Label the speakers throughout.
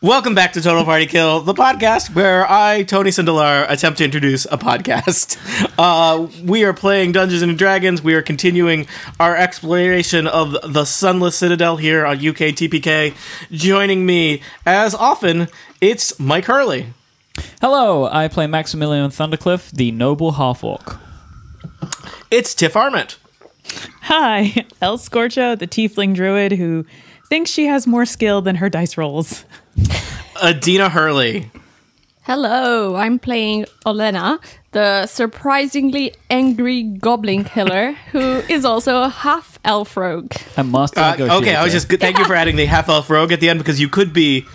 Speaker 1: Welcome back to Total Party Kill, the podcast where I, Tony Sindelar, attempt to introduce a podcast. Uh, we are playing Dungeons and Dragons. We are continuing our exploration of the Sunless Citadel here on UK TPK. Joining me, as often, it's Mike Hurley.
Speaker 2: Hello, I play Maximilian Thundercliff, the noble half orc.
Speaker 1: It's Tiff Arment.
Speaker 3: Hi, El Scorcho, the tiefling druid who thinks she has more skill than her dice rolls.
Speaker 1: Adina Hurley.
Speaker 4: Hello, I'm playing Olena, the surprisingly angry goblin killer who is also a half elf rogue.
Speaker 2: A master
Speaker 1: Uh,
Speaker 2: negotiator.
Speaker 1: okay, I was just good. Thank you for adding the half elf rogue at the end because you could be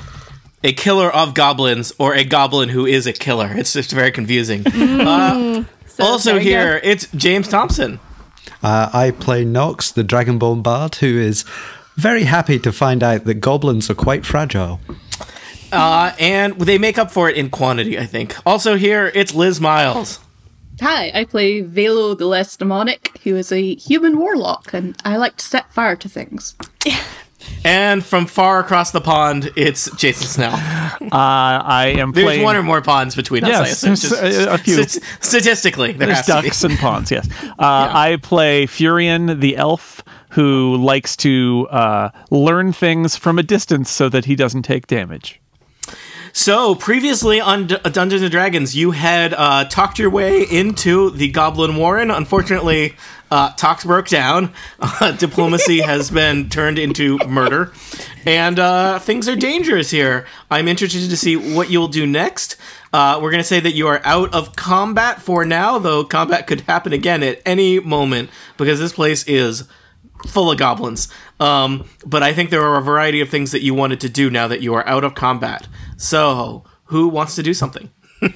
Speaker 1: a killer of goblins or a goblin who is a killer. It's just very confusing. Uh, also
Speaker 4: Mm-hmm. there you go.
Speaker 1: here, it's James Thompson.
Speaker 5: Uh, I play Nox, the Dragonborn Bard, who is very happy to find out that goblins are quite fragile.
Speaker 1: Uh, and they make up for it in quantity, I think. Also here, it's Liz Miles.
Speaker 6: Hi, I play Velo the Less Demonic, who is a human warlock, and I like to set fire to things.
Speaker 1: And from far across the pond, it's Jason Snell.
Speaker 7: Uh, I am
Speaker 1: There's
Speaker 7: playing.
Speaker 1: one or more ponds between us.
Speaker 7: Yes,
Speaker 1: I assume.
Speaker 7: there's, uh, a few.
Speaker 1: stat- statistically, there
Speaker 7: there's
Speaker 1: has to be.
Speaker 7: ducks and ponds. Yes, uh, I play Furion the elf who likes to uh, learn things from a distance so that he doesn't take damage.
Speaker 1: So previously on D- Dungeons and Dragons, you had uh, talked your way into the Goblin Warren. Unfortunately, uh, talks broke down. Uh, diplomacy has been turned into murder, and uh, things are dangerous here. I'm interested to see what you'll do next. Uh, we're going to say that you are out of combat for now, though combat could happen again at any moment because this place is full of goblins. Um, but I think there are a variety of things that you wanted to do now that you are out of combat. So, who wants to do something?
Speaker 2: I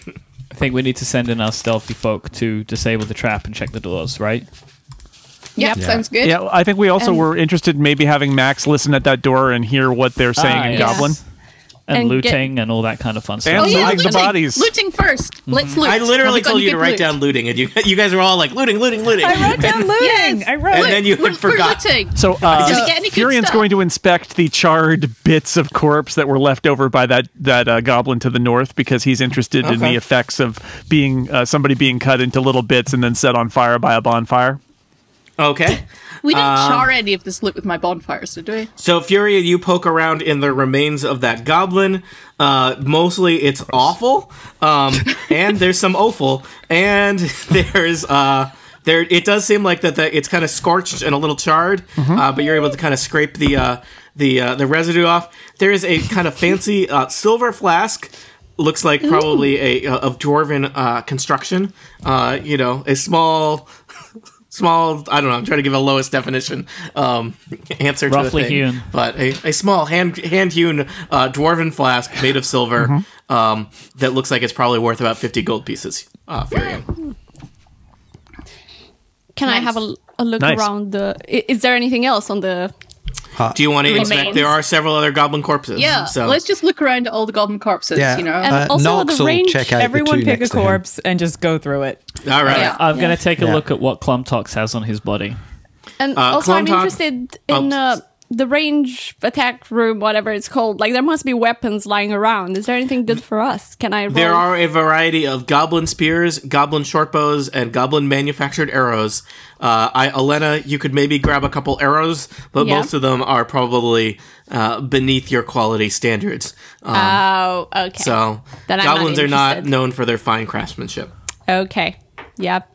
Speaker 2: think we need to send in our stealthy folk to disable the trap and check the doors, right?
Speaker 6: Yep, sounds good.
Speaker 7: Yeah, I think we also
Speaker 4: And-
Speaker 7: were interested in maybe having Max listen at that door and hear what they're saying
Speaker 2: Ah,
Speaker 7: in
Speaker 2: yes.
Speaker 7: Goblin.
Speaker 2: And,
Speaker 4: And get-
Speaker 2: looting and all that kind of fun
Speaker 7: And
Speaker 2: stuff.
Speaker 6: Oh, yeah,
Speaker 7: Looting the
Speaker 6: looting.
Speaker 7: bodies.
Speaker 6: Looting 1st let Let's loot.
Speaker 1: I literally
Speaker 6: Have we
Speaker 1: told
Speaker 6: gotten
Speaker 1: you to
Speaker 6: good
Speaker 1: write
Speaker 6: loot?
Speaker 1: down looting, and you you guys were all like looting, looting, looting.
Speaker 3: I wrote down looting.
Speaker 6: Yes.
Speaker 3: I wrote.
Speaker 1: And then you had
Speaker 6: we're, we're
Speaker 1: forgot.
Speaker 6: looting.
Speaker 7: So
Speaker 6: Did we
Speaker 7: uh,
Speaker 6: get any good
Speaker 7: Furion's
Speaker 6: stuff?
Speaker 7: going to inspect the charred bits of corpse that were left over by that that uh, goblin to the north because he's interested in
Speaker 1: Okay.
Speaker 7: the effects of being uh, somebody being cut into little bits and then set on fire by a bonfire.
Speaker 1: okay.
Speaker 6: We didn't char any of this loot with my bonfires, did we?
Speaker 1: So, Furia, you poke around in the remains of that goblin. Uh, mostly it's awful, um, and there's some offal, and there's. Uh, there, it does seem like that the, it's kind of scorched and a little charred, uh, but you're able to kind of scrape the uh, the uh, the residue off. There is a kind of fancy uh, silver flask, looks like probably a uh, of dwarven uh, construction. Uh, you know, a small, small. I don't know. I'm trying to give a lowest definition um, answer to
Speaker 2: Roughly
Speaker 1: the thing,
Speaker 2: hewn.
Speaker 1: but a, a small hand hand hewn uh, dwarven flask made of silver um, that looks like it's probably worth about fifty gold pieces. Uh, Furion.
Speaker 4: Can I have a, a look
Speaker 7: Nice.
Speaker 4: around the. i- Is there anything else on the.
Speaker 1: Do you want to inspect?
Speaker 4: Remains.
Speaker 1: There are several other goblin corpses.
Speaker 6: Yeah.
Speaker 1: So
Speaker 6: Let's just look around at all the goblin corpses,
Speaker 5: Yeah,
Speaker 6: you know?
Speaker 4: And
Speaker 5: uh,
Speaker 4: also
Speaker 5: Nox
Speaker 4: the
Speaker 5: will
Speaker 4: range,
Speaker 5: check out the
Speaker 3: Everyone
Speaker 5: two
Speaker 3: pick a
Speaker 5: next to him.
Speaker 3: corpse and just go through it.
Speaker 1: all right.
Speaker 6: Yeah.
Speaker 2: I'm going to take a
Speaker 5: Yeah.
Speaker 2: look at what Clumtox has on his body.
Speaker 4: And
Speaker 1: Uh,
Speaker 4: also, I'm
Speaker 1: Clontarf-
Speaker 4: interested in
Speaker 1: Oh.
Speaker 4: uh, the range attack room, whatever it's called. Like, there must be weapons lying around. Is there anything good for us? Can I roll?
Speaker 1: There are a variety of goblin spears, goblin shortbows, and goblin manufactured arrows. Uh, I, Elena, you could maybe grab a couple arrows, but
Speaker 4: Yeah.
Speaker 1: most of them are probably uh, beneath your quality standards. Um,
Speaker 4: Oh, okay.
Speaker 1: so
Speaker 4: Then I'm not
Speaker 1: goblins are not
Speaker 4: interested.
Speaker 1: known for their fine craftsmanship.
Speaker 4: Okay. Yep.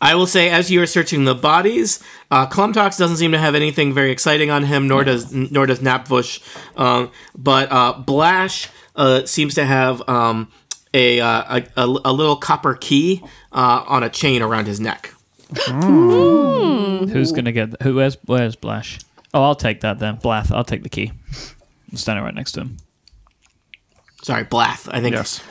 Speaker 1: I will say, as you are searching the bodies, uh, Clumtox doesn't seem to have anything very exciting on him, nor does nor does Napvush. Um, but uh, Blash uh, seems to have um, a, uh, a, a a little copper key uh, on a chain around his neck.
Speaker 2: Who's going to get. Who, where's, where's Blash? Oh, I'll take that then. Blath, I'll take the key. I'm standing right next to him.
Speaker 1: Sorry, Blath. I think.
Speaker 7: Yes.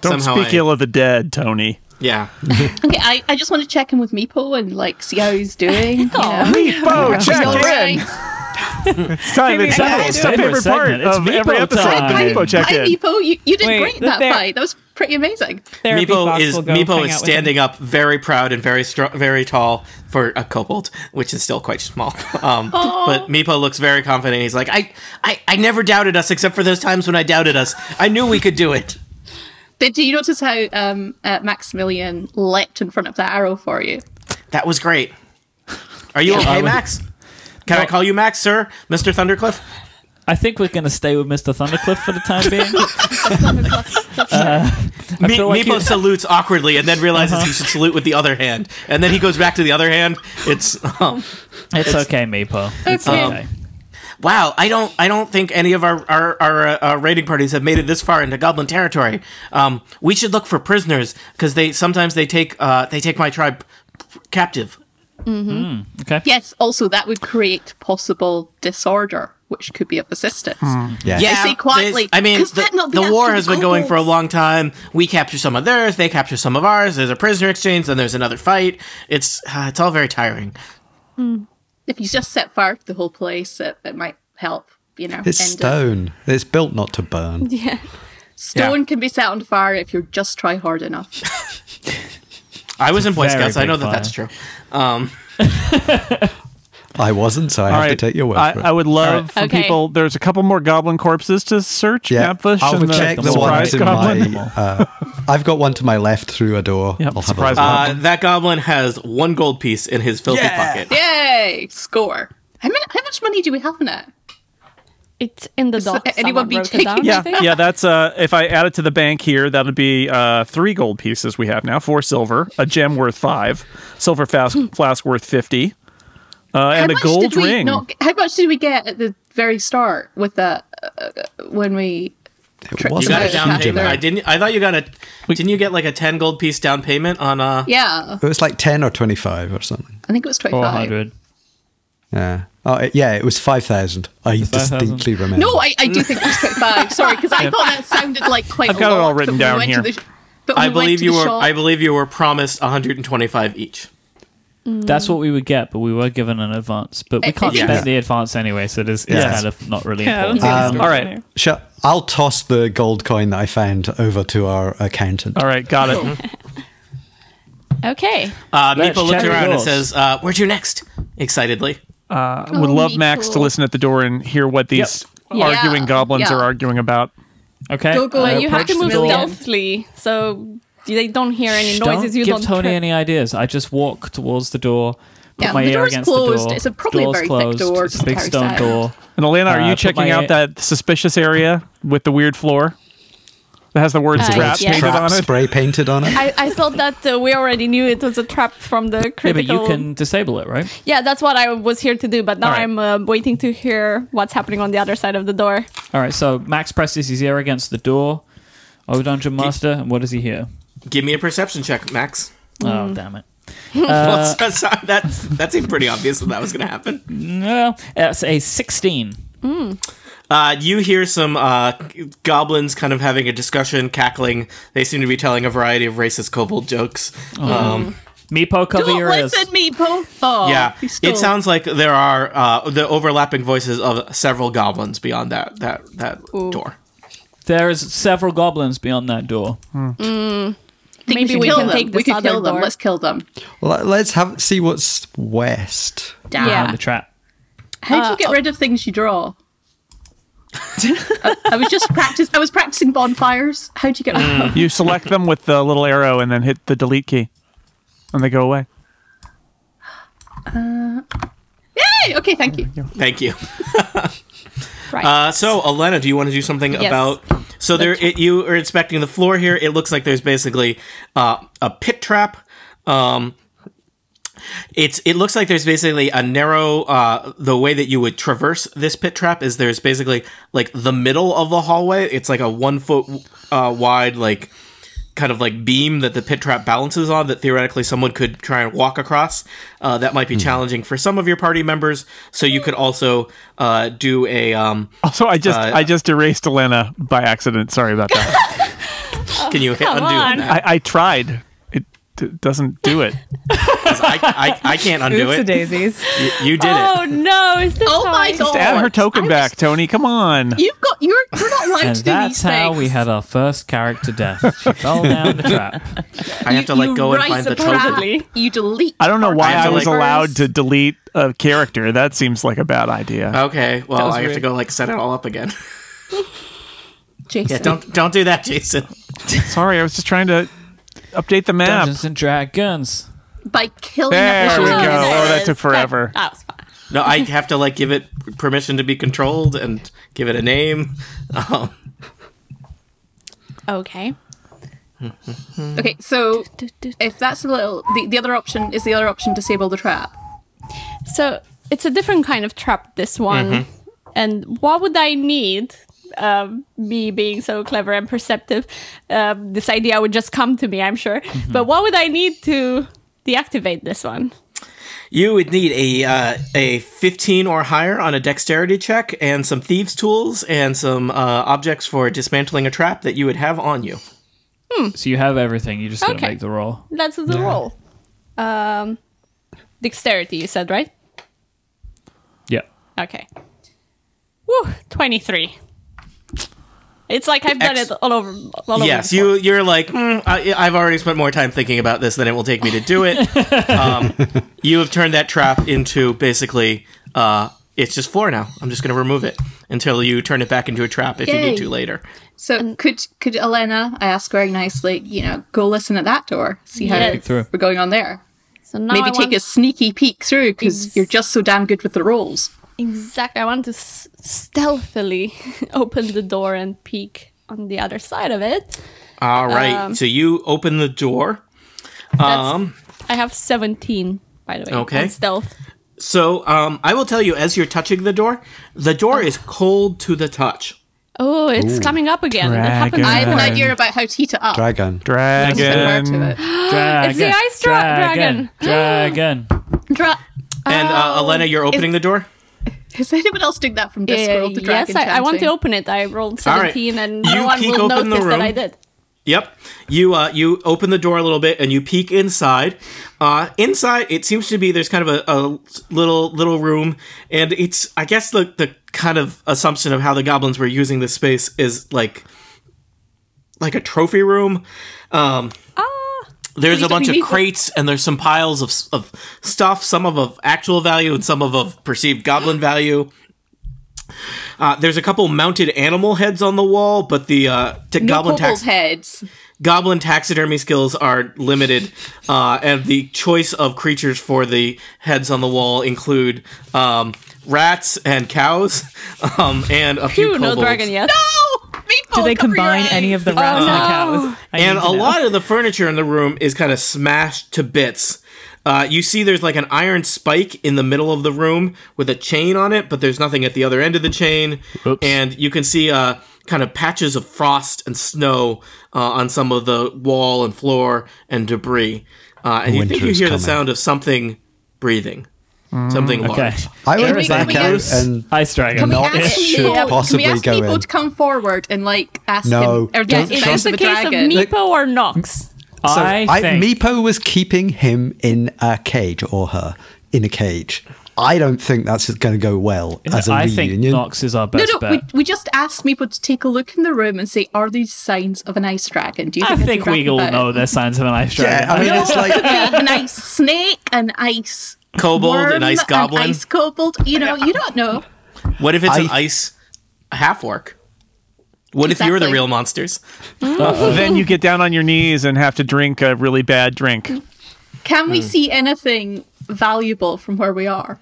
Speaker 7: Don't
Speaker 1: somehow
Speaker 7: speak
Speaker 1: I-
Speaker 7: ill of the dead, Tony.
Speaker 1: Yeah.
Speaker 6: Um, Okay, I, I just want to check in with Meepo and, like, see how he's doing. you know?
Speaker 7: Bo, check
Speaker 6: All
Speaker 7: in.
Speaker 6: right.
Speaker 7: It's time. It's
Speaker 3: Maybe I
Speaker 7: time.
Speaker 3: do
Speaker 7: It's
Speaker 3: it.
Speaker 7: my favorite
Speaker 2: Favorite
Speaker 7: part
Speaker 2: segment. It's
Speaker 7: of
Speaker 2: Meepo
Speaker 7: every episode.
Speaker 2: time.
Speaker 7: The Meepo check
Speaker 6: Hi,
Speaker 7: in.
Speaker 6: Meepo. You, you did
Speaker 3: Wait,
Speaker 6: great in
Speaker 3: the
Speaker 6: that
Speaker 3: fair-
Speaker 6: fight. That was pretty amazing.
Speaker 3: Therapy
Speaker 1: Meepo
Speaker 3: Fox
Speaker 1: is
Speaker 3: will
Speaker 1: Meepo
Speaker 3: go hang
Speaker 1: is
Speaker 3: out with him.
Speaker 1: standing up, very proud and very strong, very tall for a kobold, which is still quite small. Um, but Meepo looks very confident. He's like, I, I, I never doubted us except for those times when I doubted us. I knew we could do it.
Speaker 6: Did you notice how um, uh, Maximilian leapt in front of that arrow for you?
Speaker 1: That was great. Are you okay, Max? Can I call you Max, sir, Mister Thundercliff?
Speaker 2: I think we're going to stay with Mr. Thundercliff for the time being.
Speaker 1: Me-
Speaker 2: feel like
Speaker 1: Meepo
Speaker 2: you-
Speaker 1: salutes awkwardly and then realizes
Speaker 3: Uh-huh.
Speaker 1: he should salute with the other hand, and then he goes back to the other hand. It's um,
Speaker 2: It's okay, Meepo. It's
Speaker 6: Okay.
Speaker 2: okay.
Speaker 1: wow. I don't. I don't think any of our our, our uh, uh, raiding parties have made it this far into Goblin territory. Um, we should look for prisoners because they sometimes they take uh, they take my tribe captive.
Speaker 2: Okay.
Speaker 6: Yes, also that would create possible disorder, which could be of assistance.
Speaker 7: Hmm.
Speaker 5: Yes.
Speaker 1: Yeah,
Speaker 6: I say quietly,
Speaker 1: there's- I mean,
Speaker 6: 'cause then they'll
Speaker 1: the,
Speaker 6: be
Speaker 1: the
Speaker 6: after
Speaker 1: war
Speaker 6: the
Speaker 1: has been going for a
Speaker 6: kobolds.
Speaker 1: long time. We capture some of theirs, they capture some of ours. There's a prisoner exchange, then there's another fight. It's uh, it's all very tiring.
Speaker 6: If you just set fire to the whole place, it, it might help. You know,
Speaker 5: It's
Speaker 6: end it.
Speaker 5: stone. It's built not to burn.
Speaker 6: Stone
Speaker 1: Yeah.
Speaker 6: can be set on fire if you just try hard enough.
Speaker 1: I was in Boy
Speaker 2: very
Speaker 1: Scouts. I
Speaker 2: big
Speaker 1: know that
Speaker 2: fire.
Speaker 1: that's true. Um,
Speaker 5: I wasn't, so I have
Speaker 7: All
Speaker 5: to take your word
Speaker 7: I,
Speaker 5: for it.
Speaker 7: I would love for
Speaker 4: Okay.
Speaker 7: people. There's a couple more goblin corpses to search.
Speaker 5: yeah,
Speaker 7: Mapfish
Speaker 5: I'll
Speaker 7: and the,
Speaker 5: check the,
Speaker 7: surprise
Speaker 5: ones in
Speaker 7: goblin.
Speaker 5: my. Uh, I've got one to my left through a door. I'll
Speaker 7: Yep,
Speaker 5: have a
Speaker 7: surprise
Speaker 5: look.
Speaker 7: goblin.
Speaker 1: uh, that goblin has one gold piece in his filthy pocket.
Speaker 6: Yay! Score. How, many, how much money do we have in it?
Speaker 4: It's in the dock.
Speaker 6: a-
Speaker 4: Someone
Speaker 6: anyone be
Speaker 4: wrote it down,
Speaker 6: taking-
Speaker 4: I
Speaker 7: Yeah,
Speaker 4: think.
Speaker 7: yeah. That's uh, if I add it to the bank here, that'd be uh, three gold pieces we have now, four silver, a gem worth five, silver flask, flask worth fifty,
Speaker 6: Hmm.
Speaker 7: uh,
Speaker 6: How
Speaker 7: and a
Speaker 6: much
Speaker 7: gold
Speaker 6: did we
Speaker 7: ring.
Speaker 6: not- how much did we get at the very start with the uh, when we?
Speaker 5: It wasn't
Speaker 1: You got a
Speaker 6: Nice.
Speaker 1: down
Speaker 5: huge
Speaker 1: payment. I
Speaker 5: amount.
Speaker 1: didn't. I thought you got a. Didn't you get like a ten gold piece down payment on uh?
Speaker 6: Yeah,
Speaker 5: It was like 10 or 25 or something.
Speaker 6: I think it was
Speaker 7: Oh,
Speaker 6: twenty five.
Speaker 2: 400.
Speaker 5: Yeah. Oh, it- yeah, it was 5,000. I
Speaker 2: 5,000?
Speaker 5: distinctly remember.
Speaker 6: No, I, I do think it was twenty five. Sorry, because I thought that sounded like quite.
Speaker 7: I've got
Speaker 6: a
Speaker 7: it
Speaker 6: lot,
Speaker 7: all written
Speaker 6: but
Speaker 7: down
Speaker 6: when we went to
Speaker 7: here.
Speaker 6: the sh- but when
Speaker 1: I
Speaker 6: we went
Speaker 1: believe
Speaker 6: to
Speaker 1: you
Speaker 6: the
Speaker 1: were.
Speaker 6: shop-
Speaker 1: I believe you were promised 125 each.
Speaker 2: That's
Speaker 6: Hmm.
Speaker 2: what we would get, but we were given an advance. But we
Speaker 6: It-
Speaker 2: can't
Speaker 6: it's-
Speaker 2: spend the advance anyway, so it is it's
Speaker 5: Yeah.
Speaker 2: kind of not really
Speaker 3: Yeah, I don't
Speaker 2: important.
Speaker 3: see any
Speaker 1: Um,
Speaker 3: story
Speaker 7: all
Speaker 3: in
Speaker 7: right.
Speaker 3: there.
Speaker 5: Sure. I'll toss the gold coin that I found over to our accountant.
Speaker 7: All right, got
Speaker 6: Oh.
Speaker 7: it.
Speaker 4: Okay.
Speaker 1: Uh,
Speaker 2: Let's
Speaker 1: Meepo
Speaker 2: check
Speaker 1: looks
Speaker 2: the
Speaker 1: around and
Speaker 2: doors.
Speaker 1: says, uh, "Where to next?" Excitedly.
Speaker 7: would
Speaker 6: Oh,
Speaker 7: love
Speaker 6: me
Speaker 7: Max to
Speaker 6: too.
Speaker 7: listen at the door and hear what these
Speaker 6: Yeah.
Speaker 7: arguing goblins
Speaker 6: Yeah.
Speaker 7: are arguing about.
Speaker 2: Um, Okay.
Speaker 6: Go, go,
Speaker 2: I
Speaker 4: Well, you have
Speaker 2: Uh, approach
Speaker 4: to
Speaker 2: the
Speaker 4: move
Speaker 2: door.
Speaker 4: stealthily, so they don't hear any
Speaker 2: Shh,
Speaker 4: noises.
Speaker 2: Don't
Speaker 4: you
Speaker 2: give
Speaker 4: don't
Speaker 2: Tony
Speaker 4: trip.
Speaker 2: any ideas. I just walk towards the door. Put
Speaker 6: Yeah,
Speaker 2: my
Speaker 6: the
Speaker 2: ear
Speaker 6: door's
Speaker 2: against
Speaker 6: closed.
Speaker 2: the door.
Speaker 6: It's a- probably a
Speaker 2: door's
Speaker 6: very thick
Speaker 2: closed.
Speaker 6: door,
Speaker 2: It's a
Speaker 6: just
Speaker 2: big
Speaker 6: carry
Speaker 2: stone
Speaker 6: silent.
Speaker 2: door.
Speaker 7: And Elena, are
Speaker 2: Uh,
Speaker 7: you
Speaker 2: put
Speaker 7: checking
Speaker 2: my-
Speaker 7: out that suspicious area with the weird floor that has the word
Speaker 4: Uh,
Speaker 7: "trap"
Speaker 4: yes.
Speaker 7: painted on it?
Speaker 5: spray painted on it.
Speaker 4: I, I thought that uh, we already knew it was a trap from the
Speaker 2: Yeah, but
Speaker 4: critical.
Speaker 2: you can disable it, right?
Speaker 4: Yeah, that's what I was here to do, but now
Speaker 7: All right.
Speaker 4: I'm uh, waiting to hear what's happening on the other side of the door.
Speaker 2: All right. So Max presses his ear against the door. Oh, dungeon master, and what does he hear?
Speaker 1: Give me a perception check, Max.
Speaker 6: Hmm.
Speaker 2: Oh, damn it.
Speaker 1: Well, so- so- that's that seemed pretty obvious that that was going to happen.
Speaker 2: No, that's a sixteen.
Speaker 1: Uh, you hear some uh, goblins kind of having a discussion, cackling. They seem to be telling a variety of racist kobold jokes. Um,
Speaker 2: Meepo, cover
Speaker 6: Don't
Speaker 2: your ears.
Speaker 6: listen, Meepo. Oh,
Speaker 1: yeah,
Speaker 6: he stole.
Speaker 1: it sounds like there are uh, the overlapping voices of several goblins beyond that that that door.
Speaker 2: There is several goblins beyond that door.
Speaker 6: Think
Speaker 4: Maybe
Speaker 6: should
Speaker 4: we
Speaker 6: kill
Speaker 4: can
Speaker 6: them.
Speaker 4: take
Speaker 6: We
Speaker 4: this
Speaker 6: could kill
Speaker 4: other
Speaker 6: them.
Speaker 4: door.
Speaker 6: Let's kill them.
Speaker 5: Well, let's have see what's west.
Speaker 6: Damn.
Speaker 4: Yeah.
Speaker 2: Behind the trap.
Speaker 6: How do you get rid of things you draw? I, I was just practice. I was practicing bonfires. How do you get rid
Speaker 1: Mm.
Speaker 6: of?
Speaker 7: You select them with the little arrow and then hit the delete key, and they go away.
Speaker 6: Yay! Okay, thank you.
Speaker 1: Thank you.
Speaker 4: Right.
Speaker 1: Uh, so, Elena, do you want to do something about? So there, it, you are inspecting the floor here. It looks like there's basically uh, a pit trap. Um, it's it looks like there's basically a narrow uh, the way that you would traverse this pit trap is there's basically like the middle of the hallway. It's like a one foot uh, wide like kind of like beam that the pit trap balances on that theoretically someone could try and walk across. Uh, that might be challenging for some of your party members. So you could also uh, do a. Um,
Speaker 7: Also, I just
Speaker 1: Uh,
Speaker 7: I just erased Elena by accidcident. Sorry about that.
Speaker 1: can you hit undo
Speaker 4: on.
Speaker 1: on that?
Speaker 7: I, I tried. It d- doesn't do it.
Speaker 1: 'Cause I, I, I can't undo
Speaker 3: Oops, the
Speaker 1: it.
Speaker 3: daisies.
Speaker 1: You, you did it.
Speaker 4: Oh no! Is this
Speaker 6: Oh
Speaker 4: how
Speaker 6: my
Speaker 4: I-
Speaker 6: God.
Speaker 7: Just add her token
Speaker 6: I
Speaker 7: back,
Speaker 6: was-
Speaker 7: Tony. Come on.
Speaker 6: You've got you're you're not allowed
Speaker 2: And
Speaker 6: to do
Speaker 2: that's
Speaker 6: these
Speaker 2: how
Speaker 6: things.
Speaker 2: we had our first character death. She fell down the trap.
Speaker 1: I have to like go and find the Uh, trophy.
Speaker 6: trap. You delete.
Speaker 7: I don't know why
Speaker 1: have
Speaker 7: I
Speaker 1: to,
Speaker 7: was
Speaker 1: like-
Speaker 7: allowed to delete a character. That seems like a bad idea.
Speaker 1: Okay, well
Speaker 2: was
Speaker 1: I have to
Speaker 2: weird.
Speaker 1: go like set it all up again.
Speaker 6: Jason.
Speaker 1: Yeah, don't don't do that, Jason.
Speaker 7: Sorry, I was just trying to update the map.
Speaker 2: Dungeons and Dragons.
Speaker 6: by killing
Speaker 7: There we go.
Speaker 6: officials.
Speaker 7: Oh, that took
Speaker 4: Yes.
Speaker 7: forever.
Speaker 4: That was fun.
Speaker 1: No, I have to like give it permission to be controlled and give it a name. Um,
Speaker 4: Okay.
Speaker 6: Okay, so if that's a little, the, the other option is the other option disable the trap.
Speaker 4: So it's a different kind of trap. This one, and what would I need? Um, me being so clever and perceptive, um, this idea would just come to me, I'm sure. But what would I need to deactivate this one?
Speaker 1: You would need a uh, a fifteen or higher on a dexterity check, and some thieves' tools, and some uh, objects for dismantling a trap that you would have on you.
Speaker 2: So you have everything. You just gotta
Speaker 4: Okay.
Speaker 2: make the roll.
Speaker 4: That's the roll. Um, dexterity, you said, right?
Speaker 2: Yeah.
Speaker 4: Okay. Woo, 23. It's like I've done
Speaker 1: Ex-
Speaker 4: it all over. All over
Speaker 1: yes,
Speaker 4: before.
Speaker 1: you you're like "Hmm, I, I've already spent more time thinking about this than it will take me to do it. um, you have turned that trap into basically uh, it's just floor now. I'm just going to remove it until you turn it back into a trap if you
Speaker 6: Yay.
Speaker 1: need to later.
Speaker 6: So could could Elena, I asked very nicely, you know, go listen at that door, see how
Speaker 4: Yes. Peek
Speaker 2: through.
Speaker 6: we're going on there.
Speaker 4: So now
Speaker 6: Maybe
Speaker 4: I
Speaker 6: take
Speaker 4: want,
Speaker 6: a sneaky peek through because you're just so damn good with the rolls.
Speaker 4: Exactly. I want to s- stealthily open the door and peek on the other side of it.
Speaker 1: All right, so you open the door.
Speaker 4: That's-
Speaker 1: Um,
Speaker 4: I have 17, by the way.
Speaker 1: Okay.
Speaker 4: on stealth.
Speaker 1: So um, I will tell you as you're touching the door, the door is cold to the touch.
Speaker 4: Oh, it's coming up again. It happens.
Speaker 7: Dragon.
Speaker 6: I have an
Speaker 7: Um,
Speaker 6: idea about how to heat it up.
Speaker 5: Dragon.
Speaker 6: Similar
Speaker 7: Dragon.
Speaker 6: to it.
Speaker 2: Dragon.
Speaker 4: the ice dra-
Speaker 2: Dragon. Dragon.
Speaker 4: Dra-
Speaker 1: And uh, Elena, you're opening the door.
Speaker 6: Is anyone else doing that from Discworld?
Speaker 4: Uh,
Speaker 6: the dragon
Speaker 4: yes, I, I want to
Speaker 6: chanting?
Speaker 4: open it. I rolled
Speaker 1: right.
Speaker 4: 17 and
Speaker 1: You
Speaker 4: no one
Speaker 1: peek
Speaker 4: will
Speaker 1: open the
Speaker 4: notice that I
Speaker 1: room.
Speaker 4: did.
Speaker 1: Yep. You uh, you open the door a little bit and you peek inside. Uh, inside, it seems to be there's kind of a, a little little room, and it's I guess the the kind of assumption of how the goblins were using this space is like like a trophy room. Um, There's a bunch of crates and there's some piles of, s- of stuff, some of, of actual value and some of, of perceived goblin value. Uh, there's a couple mounted animal heads on the wall, but the uh, t-
Speaker 6: No
Speaker 1: goblin
Speaker 6: kobolds'
Speaker 1: tax-
Speaker 6: heads.
Speaker 1: goblin taxidermy skills are limited, uh, and the choice of creatures for the heads on the wall include um, rats and cows, um, and a few
Speaker 4: Phew, no
Speaker 1: kobolds.
Speaker 4: dragon yet.
Speaker 6: No, meatball.
Speaker 5: Oh,
Speaker 3: Do they combine any of the rats and the cows? I
Speaker 1: and
Speaker 3: need
Speaker 1: a
Speaker 3: to know.
Speaker 1: lot of the furniture in the room is kind of smashed to bits. Uh, you see, there's like an iron spike in the middle of the room with a chain on it, but there's nothing at the other end of the chain.
Speaker 2: Oops.
Speaker 1: And you can see uh, kind of patches of frost and snow uh, on some of the wall and floor and debris. Uh, and you think
Speaker 5: Winter
Speaker 1: you
Speaker 5: is
Speaker 1: hear the
Speaker 5: coming.
Speaker 1: sound of something breathing, something
Speaker 2: Okay.
Speaker 1: large.
Speaker 5: I
Speaker 6: Can
Speaker 5: would
Speaker 6: we- can
Speaker 5: back
Speaker 6: we
Speaker 5: out
Speaker 6: ask-
Speaker 5: and
Speaker 2: Ice dragon.
Speaker 5: we
Speaker 2: Not
Speaker 5: ask-
Speaker 2: it.
Speaker 5: should
Speaker 6: people,
Speaker 5: possibly
Speaker 6: can we ask
Speaker 5: go
Speaker 6: people
Speaker 5: in.
Speaker 6: to come forward and like ask
Speaker 5: No,
Speaker 6: him or
Speaker 5: don't Yes,
Speaker 6: yes,
Speaker 4: Is
Speaker 5: trust-
Speaker 4: this
Speaker 6: it's the
Speaker 4: the case of
Speaker 6: dragon.
Speaker 4: Meepo or Nox?
Speaker 5: So
Speaker 2: I,
Speaker 5: I,
Speaker 2: think
Speaker 5: Meepo was keeping him in a cage or her in a cage. I don't think that's going to go well as a
Speaker 2: I think
Speaker 5: reunion.
Speaker 2: Nox is our
Speaker 6: no,
Speaker 2: best
Speaker 6: no,
Speaker 2: bet.
Speaker 6: we, we just asked people to take a look in the room and say, are these signs of an ice dragon? Do you
Speaker 2: I
Speaker 6: think,
Speaker 2: think we all know the signs of an ice dragon.
Speaker 5: yeah, I mean it's like
Speaker 6: an ice snake, an ice
Speaker 1: Kobold,
Speaker 6: worm,
Speaker 1: an ice goblin.
Speaker 6: ice kobold. You know, you don't know.
Speaker 1: What if it's an
Speaker 5: I-
Speaker 1: ice half orc? What if you're the
Speaker 6: Exactly.
Speaker 1: real monsters?
Speaker 7: then you get down on your knees and have to drink a really bad drink.
Speaker 6: Can
Speaker 2: Hmm.
Speaker 6: we see anything valuable from where we are?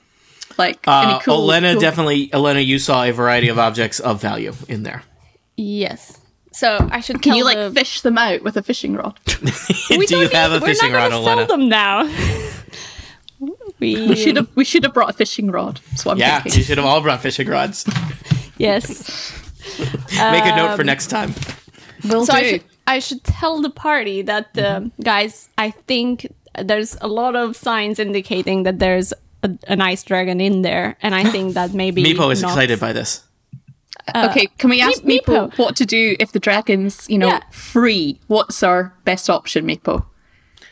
Speaker 6: Like
Speaker 1: Uh,
Speaker 6: any cool,
Speaker 1: Elena
Speaker 6: cool-
Speaker 1: definitely. Elena, you saw a variety of objects of value in there.
Speaker 4: Yes. So I should
Speaker 6: Can
Speaker 4: tell
Speaker 6: you like
Speaker 4: the-
Speaker 6: fish them out with a fishing rod?
Speaker 4: We
Speaker 1: Do
Speaker 4: don't
Speaker 1: you have
Speaker 4: need-
Speaker 1: a fishing
Speaker 4: we're not
Speaker 1: rod,
Speaker 4: gonna sell
Speaker 1: Elena?
Speaker 4: them now. we
Speaker 6: Should have we should have brought a fishing rod. That's what I'm
Speaker 1: Yeah, you
Speaker 6: thinking.
Speaker 1: should have all brought fishing rods.
Speaker 4: yes.
Speaker 1: Make a
Speaker 4: Um,
Speaker 1: note for next time.
Speaker 6: Will
Speaker 4: So
Speaker 6: do.
Speaker 4: I should, I should tell the party that um,
Speaker 1: Mm-hmm.
Speaker 4: guys, I think there's a lot of signs indicating that there's a, an ice dragon in there, and I think that maybe
Speaker 1: Meepo is
Speaker 4: Nox-
Speaker 1: excited by this.
Speaker 6: okay, can we ask
Speaker 4: Me-
Speaker 6: Meepo
Speaker 4: Meepo.
Speaker 6: what to do if the dragon's, you know,
Speaker 4: Yeah.
Speaker 6: free? What's our best option, Meepo?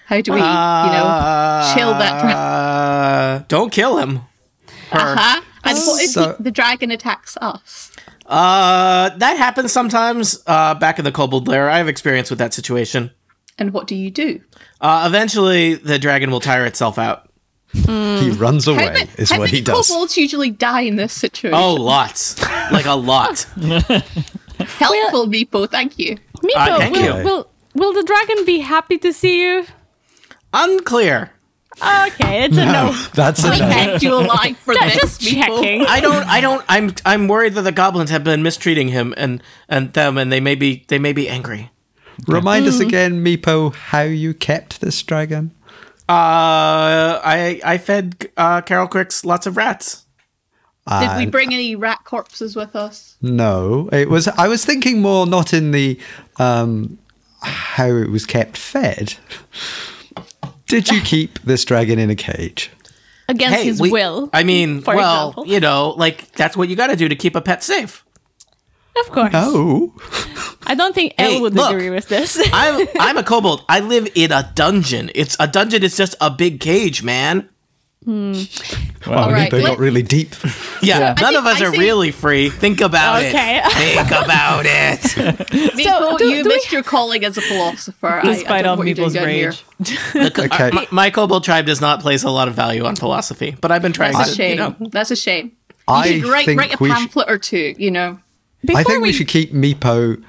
Speaker 6: How do we, you know, chill that dragon?
Speaker 1: Uh, don't kill him. Her.
Speaker 6: Huh? And what if
Speaker 5: Ah. So-
Speaker 6: he- the dragon attacks us?
Speaker 1: Uh, that happens sometimes uh, back in the Kobold Lair. I have experience with that situation.
Speaker 6: And what do you do?
Speaker 1: Uh, eventually, the dragon will tire itself out.
Speaker 5: He
Speaker 4: Mm.
Speaker 5: runs away,
Speaker 6: How many-
Speaker 5: is
Speaker 6: how
Speaker 5: what
Speaker 6: many
Speaker 5: he does.
Speaker 6: Kobolds usually die in this situation.
Speaker 1: Oh, lots. like a lot.
Speaker 6: helpful, Meepo. Thank you.
Speaker 4: Mipo,
Speaker 1: Uh, thank
Speaker 4: will,
Speaker 1: you.
Speaker 4: will will the dragon be happy to see you?
Speaker 1: Unclear.
Speaker 4: Okay, it's a no.
Speaker 5: That's a
Speaker 6: We
Speaker 5: no.
Speaker 6: kept you alive for this.
Speaker 4: Just
Speaker 6: Meepo.
Speaker 4: checking.
Speaker 1: I don't. I don't. I'm. I'm worried that the goblins have been mistreating him and and them, and they may be. They may be angry.
Speaker 5: Remind
Speaker 4: mm.
Speaker 5: us again, Meepo, how you kept this dragon.
Speaker 1: Uh, I I fed uh, Carol Cricks lots of rats.
Speaker 6: Did we bring any rat corpses with us?
Speaker 5: No, it was. I was thinking more not in the um, how it was kept fed. Did you keep this dragon in a cage?
Speaker 4: Against his
Speaker 1: we-
Speaker 4: will.
Speaker 1: I mean,
Speaker 4: for
Speaker 1: well,
Speaker 4: example.
Speaker 1: you know, like that's what you got to do to keep a pet safe.
Speaker 4: of course.
Speaker 2: Oh.
Speaker 5: No,
Speaker 4: I don't think
Speaker 1: Oh. Hey,
Speaker 4: Elle would
Speaker 1: look.
Speaker 4: agree with this.
Speaker 1: I'm I'm a kobold. I live in a dungeon. It's a dungeon. It's just a big cage, man.
Speaker 5: well, Meepo
Speaker 6: right,
Speaker 5: got
Speaker 6: let's-
Speaker 5: really deep.
Speaker 1: Yeah, none
Speaker 6: think-
Speaker 1: of us
Speaker 6: I
Speaker 1: are
Speaker 6: see-
Speaker 1: really free. Think about
Speaker 4: Okay.
Speaker 1: it. Think about it.
Speaker 6: Meepo,
Speaker 4: do-
Speaker 6: you
Speaker 4: do we-
Speaker 6: missed your calling as a philosopher. I, I
Speaker 3: Despite
Speaker 6: don't know
Speaker 3: all
Speaker 6: what you're doing
Speaker 3: people's
Speaker 6: down here.
Speaker 3: rage.
Speaker 1: The co-
Speaker 5: Okay.
Speaker 1: uh, my, my kobold tribe does not place a lot of value on philosophy, but I've been trying
Speaker 6: That's a
Speaker 1: to. You
Speaker 6: shame.
Speaker 1: know,
Speaker 6: That's a shame.
Speaker 5: I
Speaker 6: You should write,
Speaker 5: think
Speaker 6: write a
Speaker 5: we sh-
Speaker 6: pamphlet or two, you know.
Speaker 5: I
Speaker 3: Before
Speaker 5: think we, should keep Meepo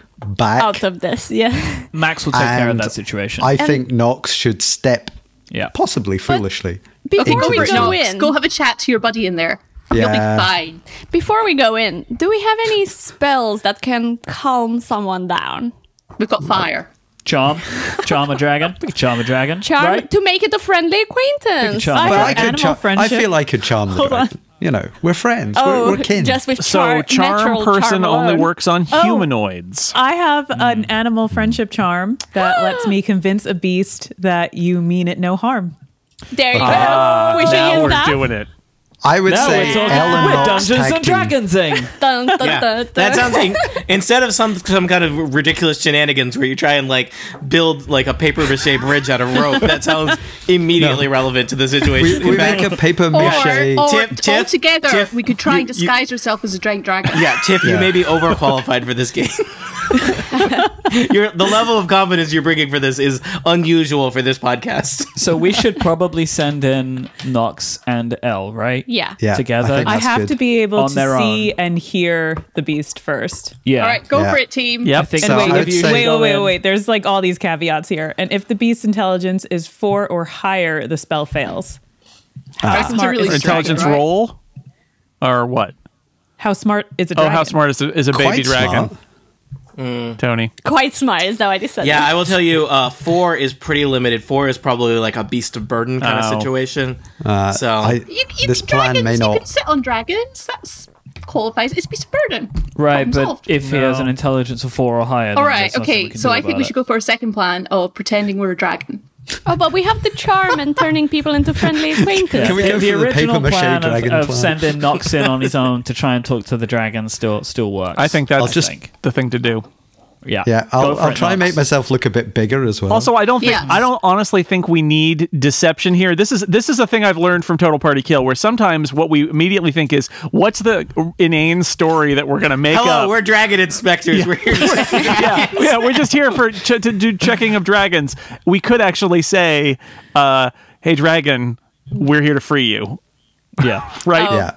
Speaker 5: back.
Speaker 4: Out of this, yeah.
Speaker 2: Max will take care of
Speaker 5: And
Speaker 2: that situation.
Speaker 5: I think Knox should step,
Speaker 2: yeah.
Speaker 5: possibly foolishly.
Speaker 4: Before
Speaker 5: Okay,
Speaker 4: we
Speaker 5: Cover it
Speaker 4: go
Speaker 5: up.
Speaker 4: in,
Speaker 6: Go have a chat to your buddy in there. You'll be
Speaker 5: Yeah.
Speaker 6: fine.
Speaker 4: before we go in, do we have any spells that can calm someone down?
Speaker 6: We've got fire.
Speaker 2: Charm. Charm a dragon. We can charm a dragon.
Speaker 4: Charm
Speaker 2: Right?
Speaker 4: to make it a friendly acquaintance.
Speaker 2: charm a
Speaker 3: I-
Speaker 5: But
Speaker 2: dragon.
Speaker 5: I could
Speaker 3: Animal
Speaker 5: charm. I
Speaker 3: friendship.
Speaker 5: feel I could charm the dragon. You know, we're friends.
Speaker 4: Oh,
Speaker 5: we're, we're kin.
Speaker 4: just with
Speaker 7: So
Speaker 4: char-
Speaker 7: charm
Speaker 4: natural
Speaker 7: person
Speaker 4: charm
Speaker 7: only
Speaker 4: alone.
Speaker 7: works on humanoids.
Speaker 3: I have an
Speaker 1: Hmm.
Speaker 3: animal friendship charm that lets me convince a beast that you mean it no harm.
Speaker 4: There you go.
Speaker 7: Ah,
Speaker 4: we should
Speaker 7: now
Speaker 4: use
Speaker 7: we're
Speaker 4: that.
Speaker 7: doing it.
Speaker 5: I would
Speaker 2: Now
Speaker 5: say
Speaker 2: it's all
Speaker 5: Ellen
Speaker 2: we're Dungeons
Speaker 5: Knox tag
Speaker 2: and
Speaker 5: team.
Speaker 2: Dragons thing.
Speaker 4: Dun, dun,
Speaker 1: Yeah,
Speaker 4: dun, dun.
Speaker 1: that sounds in- instead of some some kind of ridiculous shenanigans where you try and like build like a paper mache bridge out of rope. That sounds immediately relevant to the situation.
Speaker 5: We
Speaker 1: In fact,
Speaker 5: make a paper
Speaker 6: Or,
Speaker 5: mache.
Speaker 6: or
Speaker 1: Tiff- Tiff-
Speaker 6: altogether,
Speaker 1: Tiff,
Speaker 6: we could try
Speaker 1: you-
Speaker 6: and disguise yourself as a giant dragon.
Speaker 1: yeah, Tiff, you
Speaker 5: Yeah.
Speaker 1: may be overqualified for this game. Your, the level of confidence you're bringing for this is unusual for this podcast.
Speaker 2: So we should probably send in Nox and L, right?
Speaker 4: Yeah.
Speaker 5: yeah,
Speaker 2: together.
Speaker 5: I, think
Speaker 3: I
Speaker 5: that's
Speaker 3: have
Speaker 5: good.
Speaker 3: to be able
Speaker 2: On
Speaker 3: to
Speaker 2: their
Speaker 3: see
Speaker 2: own.
Speaker 3: and hear the beast first.
Speaker 2: Yeah.
Speaker 6: All right, go
Speaker 5: Yeah.
Speaker 6: for it, team.
Speaker 2: I
Speaker 7: Yep.
Speaker 2: think
Speaker 5: So
Speaker 2: both
Speaker 5: I
Speaker 2: of
Speaker 5: would
Speaker 2: you
Speaker 5: say-
Speaker 2: should
Speaker 3: Wait,
Speaker 2: go
Speaker 3: wait, wait,
Speaker 2: in.
Speaker 3: wait. There's like all these caveats here. And if the beast's intelligence is four or higher, the spell fails.
Speaker 6: Dragons
Speaker 3: smart
Speaker 6: are really
Speaker 3: is a dragon,
Speaker 7: Intelligence
Speaker 6: strong, right?
Speaker 7: roll, or what?
Speaker 3: How smart is a
Speaker 7: Oh,
Speaker 3: dragon?
Speaker 7: how smart is a, is a
Speaker 5: Quite
Speaker 7: baby dragon,
Speaker 5: smart.
Speaker 7: Tony?
Speaker 4: Quite smart is that what you said.
Speaker 1: Yeah, I will tell you, uh, four is pretty limited. Four is probably like a beast of burden kind
Speaker 7: Oh.
Speaker 1: of situation.
Speaker 5: Uh,
Speaker 1: so
Speaker 5: I-
Speaker 6: You, you
Speaker 5: this
Speaker 6: can
Speaker 5: plan
Speaker 6: dragons,
Speaker 5: may
Speaker 6: You can
Speaker 5: not.
Speaker 6: sit on dragons. That's qualifies. It's beast of burden.
Speaker 2: Right,
Speaker 6: Problem
Speaker 2: but
Speaker 6: solved.
Speaker 2: if he has an
Speaker 7: No.
Speaker 2: intelligence of four or higher, then
Speaker 6: all right,
Speaker 2: there's nothing
Speaker 6: okay.
Speaker 2: we can
Speaker 6: so
Speaker 2: do
Speaker 6: I think
Speaker 2: about
Speaker 6: we
Speaker 2: it.
Speaker 6: should go for a second plan of pretending we're a dragon.
Speaker 4: Oh, but we have the charm and turning people into friendly acquaintances.
Speaker 5: Can we
Speaker 2: The-
Speaker 5: go
Speaker 2: the
Speaker 5: for the paper
Speaker 2: original
Speaker 5: mache
Speaker 2: plan of,
Speaker 5: dragon
Speaker 2: of
Speaker 5: plan?
Speaker 2: sending Nox in on his own to try and talk to the dragon still still works.
Speaker 7: I think
Speaker 5: I'll
Speaker 7: that's
Speaker 5: just-
Speaker 7: just the thing to do.
Speaker 2: yeah.
Speaker 5: Yeah,
Speaker 2: Go
Speaker 5: I'll,
Speaker 2: for
Speaker 5: I'll
Speaker 2: it,
Speaker 5: try and
Speaker 2: Nox.
Speaker 5: make myself look a bit bigger as well.
Speaker 7: Also, I don't think
Speaker 6: Yeah.
Speaker 7: I don't honestly think we need deception here. This is this is a thing I've learned from Total Party Kill, where sometimes what we immediately think is what's the inane story that we're gonna make
Speaker 1: hello,
Speaker 7: up.
Speaker 1: we're dragon inspectors. We're here.
Speaker 7: yeah, yeah, we're just here for ch- to do checking of dragons. We could actually say, uh, "Hey, dragon, we're here to free you."
Speaker 2: yeah.
Speaker 1: Oh.
Speaker 7: Right?
Speaker 5: yeah,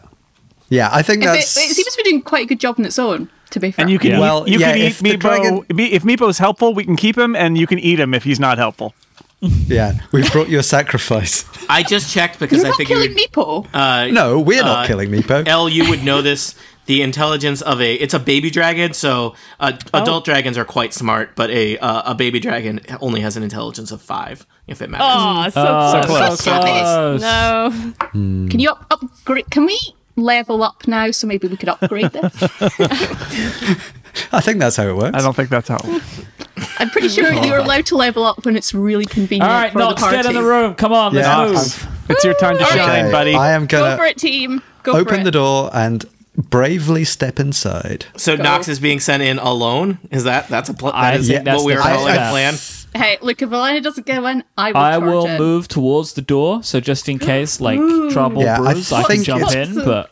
Speaker 5: yeah, I think
Speaker 6: It, it
Speaker 5: that's.
Speaker 6: seems to be doing quite a good job on its own. To be fair,
Speaker 7: And you can
Speaker 2: Yeah.
Speaker 7: eat,
Speaker 5: Well,
Speaker 7: you
Speaker 5: yeah,
Speaker 7: can eat
Speaker 5: if the
Speaker 7: Meepo.
Speaker 5: dragon-
Speaker 7: Me- if Meepo's helpful, we can keep him, and you can eat him if he's not helpful.
Speaker 5: yeah, we've brought you a sacrifice.
Speaker 1: I just checked because
Speaker 6: you're
Speaker 1: I Um,
Speaker 6: not killing
Speaker 1: figured
Speaker 6: Meepo.
Speaker 5: No, we're not
Speaker 1: Uh,
Speaker 5: killing Meepo.
Speaker 1: L, you would know this. The intelligence of a it's a baby dragon, so uh,
Speaker 6: Oh.
Speaker 1: adult dragons are quite smart, but a uh, a baby dragon only has an intelligence of five, if it matters.
Speaker 3: Aw, so
Speaker 2: Oh,
Speaker 3: close.
Speaker 6: close.
Speaker 2: so
Speaker 6: Stop it.
Speaker 2: close.
Speaker 4: No.
Speaker 6: can you up, upgrade? Can we level up now? So maybe we could upgrade this.
Speaker 5: I think that's how it works.
Speaker 7: I don't think that's how.
Speaker 6: I'm pretty sure you're allowed to level up when it's really convenient
Speaker 2: All right,
Speaker 6: for
Speaker 2: Nox,
Speaker 6: the party.
Speaker 2: get in the room. Come on, let's
Speaker 5: Yeah.
Speaker 2: move.
Speaker 7: It's your time to
Speaker 5: Okay,
Speaker 7: shine, buddy.
Speaker 5: I am
Speaker 6: Go
Speaker 5: gonna
Speaker 6: for it, team. Go for
Speaker 5: open
Speaker 6: it.
Speaker 5: the door and bravely step inside.
Speaker 1: So Knox is being sent in alone. Is that that's a pl-
Speaker 2: I
Speaker 1: that is
Speaker 2: think that's
Speaker 1: what we
Speaker 2: the
Speaker 1: are
Speaker 2: plan.
Speaker 1: calling a
Speaker 5: I-
Speaker 1: plan?
Speaker 6: Hey, look, if Elena doesn't get one, I will.
Speaker 2: I
Speaker 6: charge
Speaker 2: will
Speaker 6: in.
Speaker 2: move towards the door, so just in case like trouble
Speaker 5: Yeah, I
Speaker 2: brews, I, can
Speaker 5: think
Speaker 2: jump
Speaker 6: it's-
Speaker 2: in. But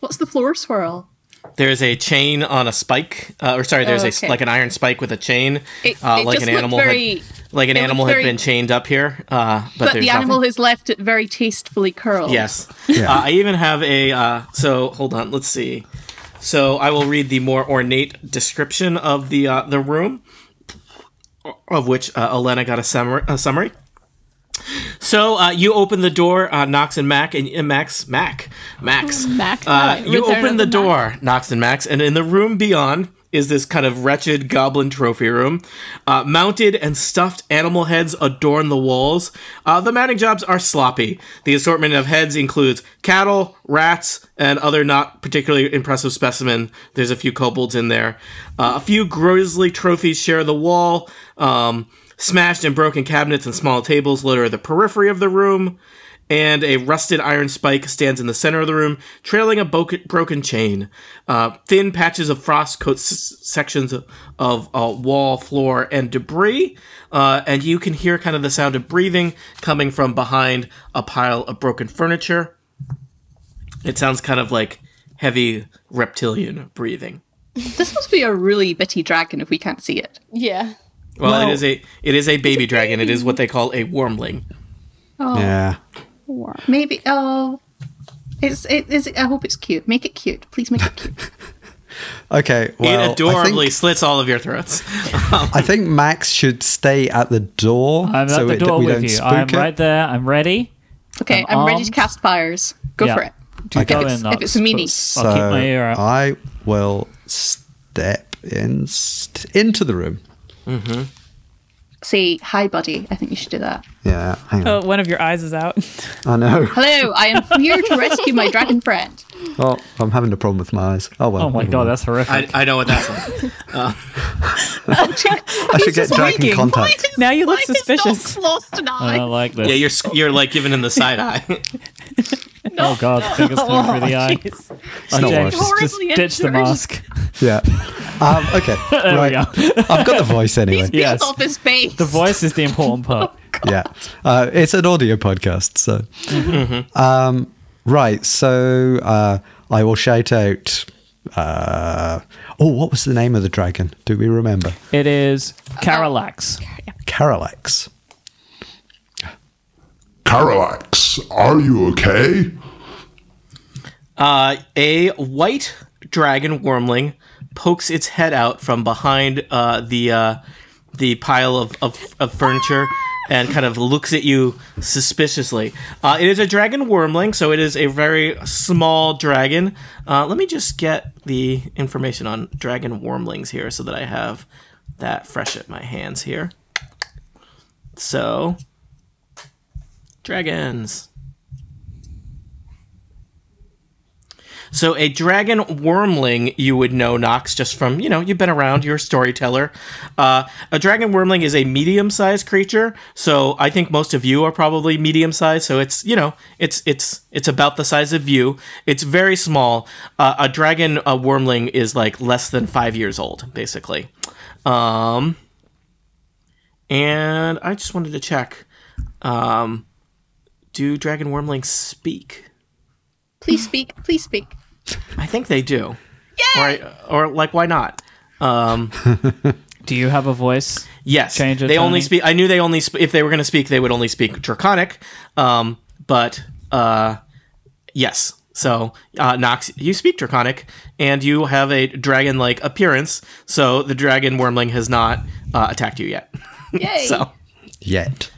Speaker 6: What's the floor swirl?
Speaker 1: There's a chain on a spike, uh, or sorry, there's
Speaker 6: Okay.
Speaker 1: a like an iron spike with a chain,
Speaker 6: It-
Speaker 1: uh,
Speaker 6: it
Speaker 1: like
Speaker 6: just
Speaker 1: an
Speaker 6: looked
Speaker 1: animal
Speaker 6: very-
Speaker 1: had, like an
Speaker 6: it looked
Speaker 1: animal had
Speaker 6: very-
Speaker 1: been chained up here. Uh, but
Speaker 6: But
Speaker 1: there's
Speaker 6: the
Speaker 1: nothing.
Speaker 6: animal has left it very tastefully curled.
Speaker 1: Yes.
Speaker 5: Yeah.
Speaker 1: Uh, I even have a. Uh, so hold on. Let's see. So I will read the more ornate description of the uh, the room, of which uh, Elena got a, summar- a summary. So uh, you open the door, uh, Knox and Mac, and uh, Max, Mac, Max,
Speaker 4: Mac,
Speaker 1: Uh,
Speaker 4: right,
Speaker 1: you
Speaker 4: Ah, Return
Speaker 1: open
Speaker 4: of
Speaker 1: the,
Speaker 4: the Mac.
Speaker 1: door, Knox and Max, and in the room beyond is this kind of wretched goblin trophy room. Uh, mounted and stuffed animal heads adorn the walls. Uh, the mounting jobs are sloppy. The assortment of heads includes cattle, rats, and other not particularly impressive specimen. There's a few kobolds in there. Uh, a few grisly trophies share the wall. Um, smashed and broken cabinets and small tables litter the periphery of the room and a rusted iron spike stands in the center of the room, trailing a bo- broken chain. Uh, thin patches of frost coat s- sections of, of uh, wall, floor, and debris, uh, and you can hear kind of the sound of breathing coming from behind a pile of broken furniture. It sounds kind of like heavy reptilian breathing.
Speaker 6: This must be a really bitty dragon if we can't see it.
Speaker 4: Yeah.
Speaker 1: Well, it is a it is a baby dragon. It is what they call a wormling.
Speaker 6: Oh,
Speaker 5: Yeah.
Speaker 6: maybe. Oh, it's it is. I hope it's cute. Make it cute, please. Make it cute.
Speaker 5: Okay. Well,
Speaker 1: it adorably
Speaker 5: I think,
Speaker 1: slits all of your throats.
Speaker 5: I think Max should stay at the door
Speaker 2: I'm
Speaker 5: so
Speaker 2: at the
Speaker 5: it- that
Speaker 2: door
Speaker 5: we
Speaker 2: with
Speaker 5: don't
Speaker 2: you.
Speaker 5: spook
Speaker 2: I'm
Speaker 5: it.
Speaker 2: right there. I'm ready.
Speaker 6: Okay,
Speaker 2: I'm
Speaker 6: I'm, ready to
Speaker 2: armed.
Speaker 6: cast fires. Go
Speaker 2: Yeah.
Speaker 6: for it.
Speaker 2: Do
Speaker 5: Okay.
Speaker 2: go
Speaker 6: If it's-
Speaker 2: in.
Speaker 6: if
Speaker 2: Knox,
Speaker 6: it's a meanie.
Speaker 2: but
Speaker 5: So
Speaker 2: I'll keep my ear out.
Speaker 5: I will step in st- into the room.
Speaker 6: Say hi, buddy. I think you should do that.
Speaker 5: Yeah. Hang
Speaker 3: Oh,
Speaker 5: on.
Speaker 3: one of your eyes is out.
Speaker 5: I know.
Speaker 6: Hello, I am here to rescue my dragon friend.
Speaker 5: Oh, I'm having a problem with my eyes. Oh well.
Speaker 2: Oh my
Speaker 5: never
Speaker 2: god,
Speaker 5: mind.
Speaker 2: that's horrific.
Speaker 1: I, I know what that's like.
Speaker 5: I should get dragon
Speaker 3: winking.
Speaker 5: contact.
Speaker 3: Now you look
Speaker 6: Why is Doc
Speaker 3: suspicious.
Speaker 6: lost an
Speaker 2: I
Speaker 6: eye?
Speaker 2: don't like this.
Speaker 1: Yeah, you're sc- you're like giving him the side eye.
Speaker 2: oh god, fingers coming through the eye.
Speaker 3: Jeez.
Speaker 2: Oh,
Speaker 5: not
Speaker 2: James, just,
Speaker 5: worth it.
Speaker 2: just
Speaker 6: Horribly
Speaker 2: ditch the
Speaker 6: injured.
Speaker 2: mask.
Speaker 5: Yeah. Um, okay.
Speaker 2: There we
Speaker 5: right.
Speaker 2: go.
Speaker 5: I've got the voice anyway.
Speaker 6: Peeled
Speaker 2: Yes.
Speaker 6: off his face.
Speaker 2: The voice is the important part.
Speaker 5: yeah. Uh, it's an audio podcast, so. Um, right. So uh, I will shout out. Uh, oh, what was the name of the dragon? Do we remember?
Speaker 2: It is
Speaker 6: Oh,
Speaker 2: Carolax.
Speaker 5: Carolax.
Speaker 8: Carolax, are you okay?
Speaker 1: Uh, a white dragon wormling pokes its head out from behind uh, the uh, the pile of, of, of furniture and kind of looks at you suspiciously. Uh, it is a dragon wormling, so it is a very small dragon. Uh, let me just get the information on dragon wormlings here so that I have that fresh at my hands here. So, dragons. So a dragon wormling, you would know, Nox, just from you know you've been around. You're a storyteller. Uh, a dragon wormling is a medium-sized creature. So I think most of you are probably medium-sized. So it's you know it's it's it's about the size of you. It's very small. Uh, a dragon uh wormling is like less than five years old, basically. Um, and I just wanted to check. Um, do dragon wormlings speak?
Speaker 6: Please speak. Please speak.
Speaker 1: I think they do. Yeah. Or, or like, why not?
Speaker 2: Do you have a voice?
Speaker 1: Yes.
Speaker 2: Change it,
Speaker 1: they only
Speaker 2: Tony.
Speaker 1: speak. I knew they only sp- if they were going to speak, they would only speak Draconic. Um, but uh, yes. So uh, Nox, you speak Draconic, and you have a dragon-like appearance. So the dragon wormling has not uh, attacked you yet.
Speaker 6: Yay.
Speaker 1: so.
Speaker 5: Yet.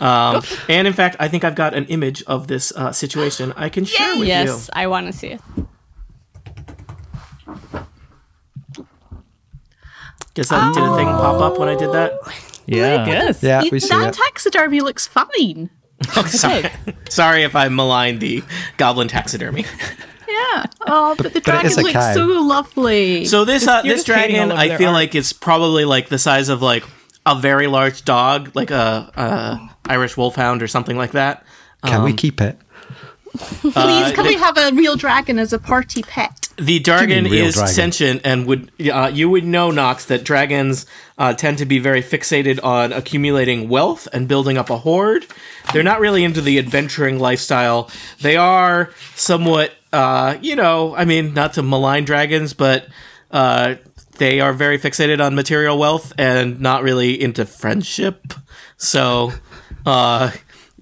Speaker 1: Um, and in fact, I think I've got an image of this uh, situation I can share with
Speaker 4: Yes, I want to see it.
Speaker 1: you. Does that did a thing pop up when I did that?
Speaker 2: Yeah.
Speaker 3: Yes.
Speaker 5: Yeah, we
Speaker 6: Even
Speaker 5: see
Speaker 6: that
Speaker 5: it.
Speaker 6: taxidermy looks fine.
Speaker 1: Oh, sorry. sorry if I maligned the goblin taxidermy.
Speaker 6: Yeah. Oh, but the
Speaker 5: it
Speaker 6: dragon
Speaker 5: is a
Speaker 6: looks
Speaker 5: cow.
Speaker 6: so lovely.
Speaker 1: So this uh,
Speaker 3: you're
Speaker 1: this
Speaker 3: just hating
Speaker 1: dragon,
Speaker 3: all over
Speaker 1: I
Speaker 3: their
Speaker 1: feel
Speaker 3: art.
Speaker 1: like it's probably like the size of like a very large dog, like a, a Irish wolfhound or something like that. Uh,
Speaker 5: Can we keep it?
Speaker 6: Please, can we have a real dragon as a party pet?
Speaker 1: The dragon
Speaker 5: real
Speaker 1: is
Speaker 5: dragon?
Speaker 1: sentient and would uh, you would know Nox that dragons uh, tend to be very fixated on accumulating wealth and building up a hoard. They're not really into the adventuring lifestyle. They are somewhat, uh, you know, I mean, not to malign dragons, but uh, they are very fixated on material wealth and not really into friendship. So, uh,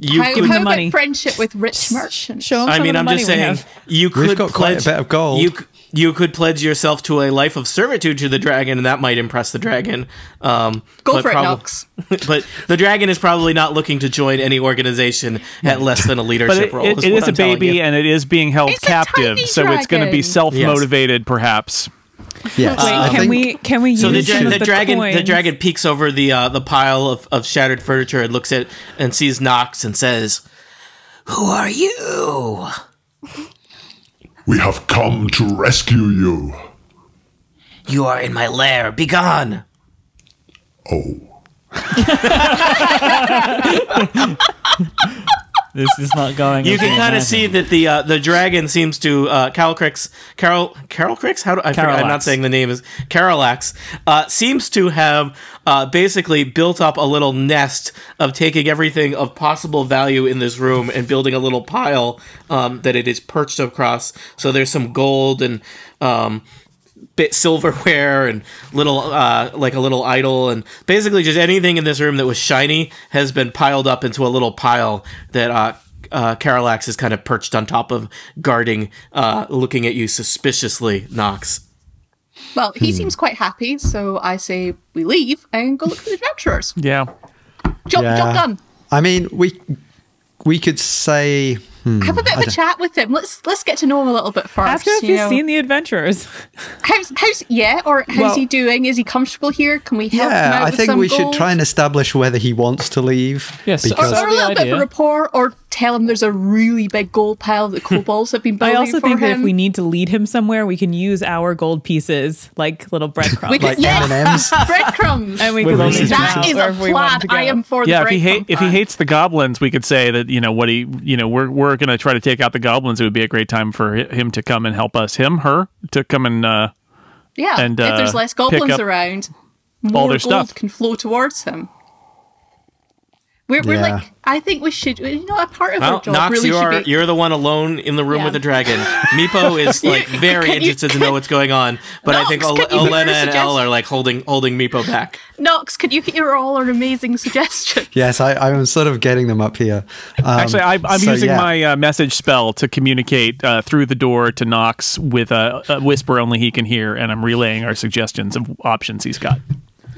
Speaker 1: you
Speaker 6: How,
Speaker 1: could.
Speaker 6: how
Speaker 3: money.
Speaker 6: about friendship with rich merchants?
Speaker 3: Show 'em
Speaker 1: I
Speaker 3: some
Speaker 1: mean,
Speaker 3: of
Speaker 1: I'm
Speaker 3: the money
Speaker 1: just
Speaker 3: we
Speaker 1: saying
Speaker 3: have.
Speaker 1: you could
Speaker 5: We've got quite a
Speaker 1: pledge-
Speaker 5: bit of gold.
Speaker 1: You c- you could pledge yourself to a life of servitude to the dragon, and that might impress the dragon. Um,
Speaker 6: Go
Speaker 1: but
Speaker 6: for it,
Speaker 1: prob-
Speaker 6: Knox.
Speaker 1: but the dragon is probably not looking to join any organization at less than a
Speaker 7: But
Speaker 1: leadership
Speaker 7: it-
Speaker 1: role.
Speaker 7: it-
Speaker 1: is
Speaker 7: it
Speaker 1: what
Speaker 7: is
Speaker 1: I'm
Speaker 7: a
Speaker 1: telling you.
Speaker 7: baby and it is being held
Speaker 6: It's a
Speaker 7: captive,
Speaker 6: tiny
Speaker 7: so it's going to be
Speaker 6: dragon.
Speaker 7: self motivated, perhaps.
Speaker 5: Yes.
Speaker 3: Wait,
Speaker 5: I
Speaker 3: can
Speaker 5: think-
Speaker 3: we can we use
Speaker 1: uh, So the, dra-
Speaker 3: some of
Speaker 1: the
Speaker 3: the
Speaker 1: dragon
Speaker 3: coins?
Speaker 1: the dragon peeks over the uh, the pile of, of shattered furniture and looks at and sees Knox and says, "Who are you?"
Speaker 8: We have come to rescue you.
Speaker 1: You are in my lair. Begone!
Speaker 8: Oh,
Speaker 2: This is not going.
Speaker 1: You
Speaker 2: as
Speaker 1: can
Speaker 2: we
Speaker 1: kind of
Speaker 2: imagined.
Speaker 1: see that the uh, the dragon seems to uh, Carol Crix Carol Carol Crix. How do I? Forget, I'm not
Speaker 2: Carolax.
Speaker 1: saying the name is Carolax. Uh, seems to have uh, basically built up a little nest of taking everything of possible value in this room and building a little pile um, that it is perched across. So there's some gold and. Um, bit silverware and little uh, like a little idol and basically just anything in this room that was shiny has been piled up into a little pile that uh, uh, Carolax is kind of perched on top of, guarding, uh, looking at you suspiciously, Nox.
Speaker 6: Well,
Speaker 5: Hmm.
Speaker 6: he seems quite happy, so I say we leave and go look for the adventurers.
Speaker 7: Yeah.
Speaker 6: Job,
Speaker 5: Yeah.
Speaker 6: job done.
Speaker 5: I mean, we we could say
Speaker 6: Have a bit of a chat with him. Let's let's get to know him a little bit first.
Speaker 3: Ask him if
Speaker 6: you
Speaker 3: he's
Speaker 6: know.
Speaker 3: seen the adventurers.
Speaker 6: How's, how's yeah, or how's
Speaker 5: Well-
Speaker 6: he doing? Is he comfortable here? Can we help him
Speaker 5: Yeah,
Speaker 6: out
Speaker 5: I
Speaker 6: with
Speaker 5: think
Speaker 6: some
Speaker 5: we should
Speaker 6: gold?
Speaker 5: try and establish whether he wants to leave.
Speaker 2: Yes,
Speaker 6: Or,
Speaker 5: because
Speaker 2: Is that
Speaker 6: or a
Speaker 2: the
Speaker 6: little bit
Speaker 2: idea?
Speaker 6: of a rapport, or tell him there's a really big gold pile that kobolds have been
Speaker 3: I
Speaker 6: building
Speaker 3: also
Speaker 6: for
Speaker 3: think
Speaker 6: him.
Speaker 3: that if we need to lead him somewhere, we can use our gold pieces like little breadcrumbs.
Speaker 6: We could-
Speaker 5: like
Speaker 6: yes!
Speaker 5: M&Ms.
Speaker 6: breadcrumbs.
Speaker 3: and we
Speaker 2: With
Speaker 3: can only
Speaker 2: reasons
Speaker 3: map
Speaker 6: that is a
Speaker 3: wherever we want
Speaker 6: plan.
Speaker 3: to go.
Speaker 6: I am for the
Speaker 7: Yeah, if he
Speaker 6: breadcrumb
Speaker 7: hate if he
Speaker 6: plan.
Speaker 7: hates the goblins, we could say that you know what he you know we're we're going to try to take out the goblins. It would be a great time for hi- him to come and help us. Him, her to come and uh,
Speaker 6: yeah,
Speaker 7: and,
Speaker 6: if there's
Speaker 7: uh,
Speaker 6: less
Speaker 7: pick
Speaker 6: goblins
Speaker 7: up
Speaker 6: around,
Speaker 7: all
Speaker 6: more
Speaker 7: their
Speaker 6: gold
Speaker 7: stuff.
Speaker 6: can flow towards him. We're, we're
Speaker 5: Yeah.
Speaker 6: like, I think we should. You know, a part of
Speaker 1: Well,
Speaker 6: our job
Speaker 1: Nox,
Speaker 6: really
Speaker 1: you
Speaker 6: should
Speaker 1: are
Speaker 6: be.
Speaker 1: you're the one alone in the room
Speaker 6: Yeah.
Speaker 1: with the dragon. Meepo is like very interested to know what's going on, but I think
Speaker 6: Nox,
Speaker 1: Ele-
Speaker 6: can you
Speaker 1: Elena and
Speaker 6: suggest-
Speaker 1: Elle are like holding holding Meepo back.
Speaker 6: Nox, could you hear all our amazing suggestions?
Speaker 5: Yes, I, I'm sort of getting them up here. Um,
Speaker 7: Actually, I, I'm
Speaker 5: so,
Speaker 7: using
Speaker 5: yeah.
Speaker 7: my uh, message spell to communicate uh, through the door to Knox with a, a whisper only he can hear, and I'm relaying our suggestions of options he's got.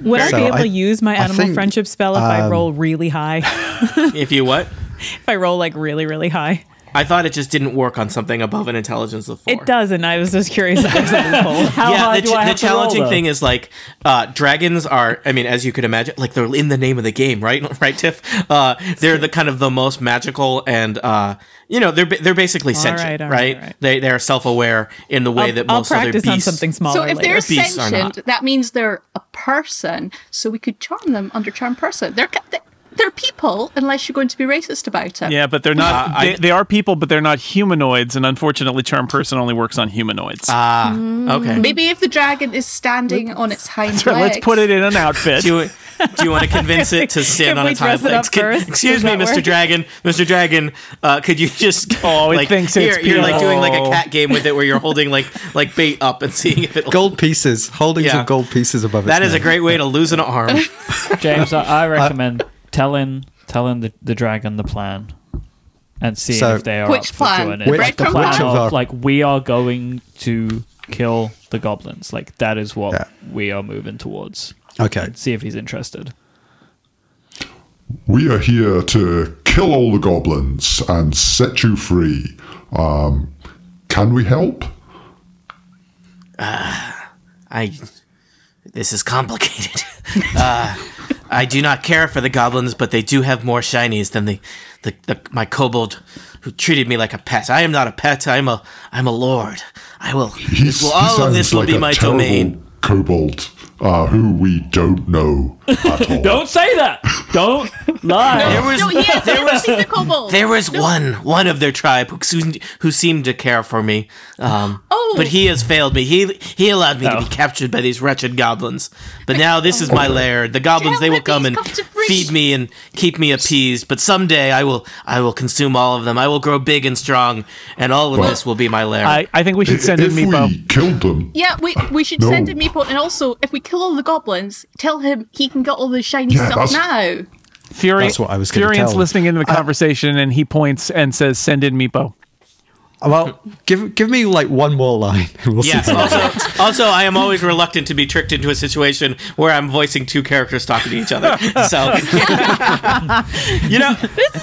Speaker 3: Would I
Speaker 5: So
Speaker 3: be able
Speaker 5: I-
Speaker 3: to use my
Speaker 5: I
Speaker 3: animal
Speaker 5: think, um,
Speaker 3: friendship spell if I roll really high?
Speaker 1: If you what?
Speaker 3: if I roll like really, really high,
Speaker 1: I thought it just didn't work on something above an intelligence of four.
Speaker 3: it doesn't. I was just curious. If there's a loophole.
Speaker 2: How
Speaker 1: yeah,
Speaker 2: high
Speaker 1: the,
Speaker 2: do
Speaker 1: ch-
Speaker 2: I
Speaker 1: the
Speaker 2: have to roll,
Speaker 1: challenging
Speaker 2: though?
Speaker 1: thing is like uh, dragons are. I mean, as you could imagine, like they're in the name of the game, right? right, Tiff. Uh, they're the kind of the most magical, and uh, you know, they're ba- they're basically sentient,
Speaker 3: right, all
Speaker 1: right?
Speaker 3: right, all right.
Speaker 1: They they are self aware in the way
Speaker 3: I'll,
Speaker 1: that
Speaker 3: I'll
Speaker 1: most other
Speaker 3: practice
Speaker 1: beasts.
Speaker 3: on something smaller.
Speaker 6: So if
Speaker 3: later.
Speaker 6: they're
Speaker 1: Beasts are not.
Speaker 6: sentient, that means they're a person. So we could charm them under charm person. They're ca- they- they're people, unless you're going to be racist about it.
Speaker 7: Yeah, but they're not.
Speaker 1: Uh, I-
Speaker 7: they, they are people, but they're not humanoids, and unfortunately, charm person only works on humanoids.
Speaker 1: Ah,
Speaker 3: Mm.
Speaker 1: Okay.
Speaker 6: Maybe if the dragon is standing on its hind
Speaker 7: So
Speaker 6: legs,
Speaker 7: let's put it in an outfit.
Speaker 1: Do you, do you want to convince it to stand
Speaker 3: Can
Speaker 1: on
Speaker 3: we
Speaker 1: its hind
Speaker 3: dress it up
Speaker 1: legs? Can-
Speaker 3: first?
Speaker 1: excuse
Speaker 3: Does
Speaker 1: me,
Speaker 3: that
Speaker 1: Mr.
Speaker 3: work?
Speaker 1: Dragon. Mr. Dragon, uh, could you just?
Speaker 7: Oh, it
Speaker 1: like,
Speaker 7: thinks
Speaker 1: you're,
Speaker 7: it's
Speaker 1: you're like doing like a
Speaker 7: people.
Speaker 1: cat game with it, where you're holding like like bait up and seeing if it.
Speaker 5: gold pieces, holdings
Speaker 1: Yeah.
Speaker 5: of gold pieces above.
Speaker 1: that
Speaker 5: its
Speaker 1: is a
Speaker 5: neck.
Speaker 1: great way to lose an arm.
Speaker 2: James, I, I recommend telling telling the, the dragon the plan and seeing
Speaker 5: So-
Speaker 2: if they are
Speaker 6: Which
Speaker 2: up
Speaker 6: plan?
Speaker 2: for joining.
Speaker 5: Which
Speaker 2: like the
Speaker 5: plan?
Speaker 2: plan
Speaker 5: Which
Speaker 2: of,
Speaker 5: of our-
Speaker 2: like we are going to kill the goblins. Like that is what
Speaker 5: Yeah.
Speaker 2: we are moving towards.
Speaker 5: Okay,
Speaker 2: See if he's interested.
Speaker 8: we are here to kill all the goblins and set you free. Um, can we help?
Speaker 1: I. This is complicated. uh, I do not care for the goblins, but they do have more shinies than the, the, the my kobold, who treated me like a pet. I am not a pet. I'm a I'm a lord. I will.
Speaker 8: He's-
Speaker 1: This will,
Speaker 8: he
Speaker 1: all of
Speaker 8: sounds
Speaker 1: this will
Speaker 8: like
Speaker 1: be
Speaker 8: a
Speaker 1: my
Speaker 8: terrible
Speaker 1: domain.
Speaker 8: Kobold. uh, who we don't know at all.
Speaker 2: Don't say that. Don't lie.
Speaker 1: There was
Speaker 6: No, he has never seen the kobold.
Speaker 1: there was one one of their tribe who, soon- who seemed to care for me. Um,
Speaker 6: Oh.
Speaker 1: but he has failed me. He he allowed me
Speaker 2: Oh.
Speaker 1: to be captured by these wretched goblins. But now this is my lair. The goblins they will
Speaker 6: let
Speaker 1: come
Speaker 6: these
Speaker 1: and
Speaker 6: come to free.
Speaker 1: feed me and keep me appeased. But someday I will I will consume all of them. I will grow big and strong, and all of this will be my lair.
Speaker 7: I, I think we should send in
Speaker 8: if we
Speaker 7: Meepo.
Speaker 8: killed them,
Speaker 6: Yeah, we we should
Speaker 8: No.
Speaker 6: send him Meepo, and also if we kill all the goblins, tell him he can get all the shiny
Speaker 8: Yeah,
Speaker 6: stuff
Speaker 8: that's-
Speaker 6: now.
Speaker 7: Fury,
Speaker 5: That's what I was gonna
Speaker 7: Furian's
Speaker 5: tell him.
Speaker 7: listening into the
Speaker 2: Uh,
Speaker 7: conversation and he points and says, send in Meepo.
Speaker 5: Well, give give me like one more line. and We'll see
Speaker 1: Yes. Also, also, I am always reluctant to be tricked into a situation where I'm voicing two characters talking to each other. So, you know,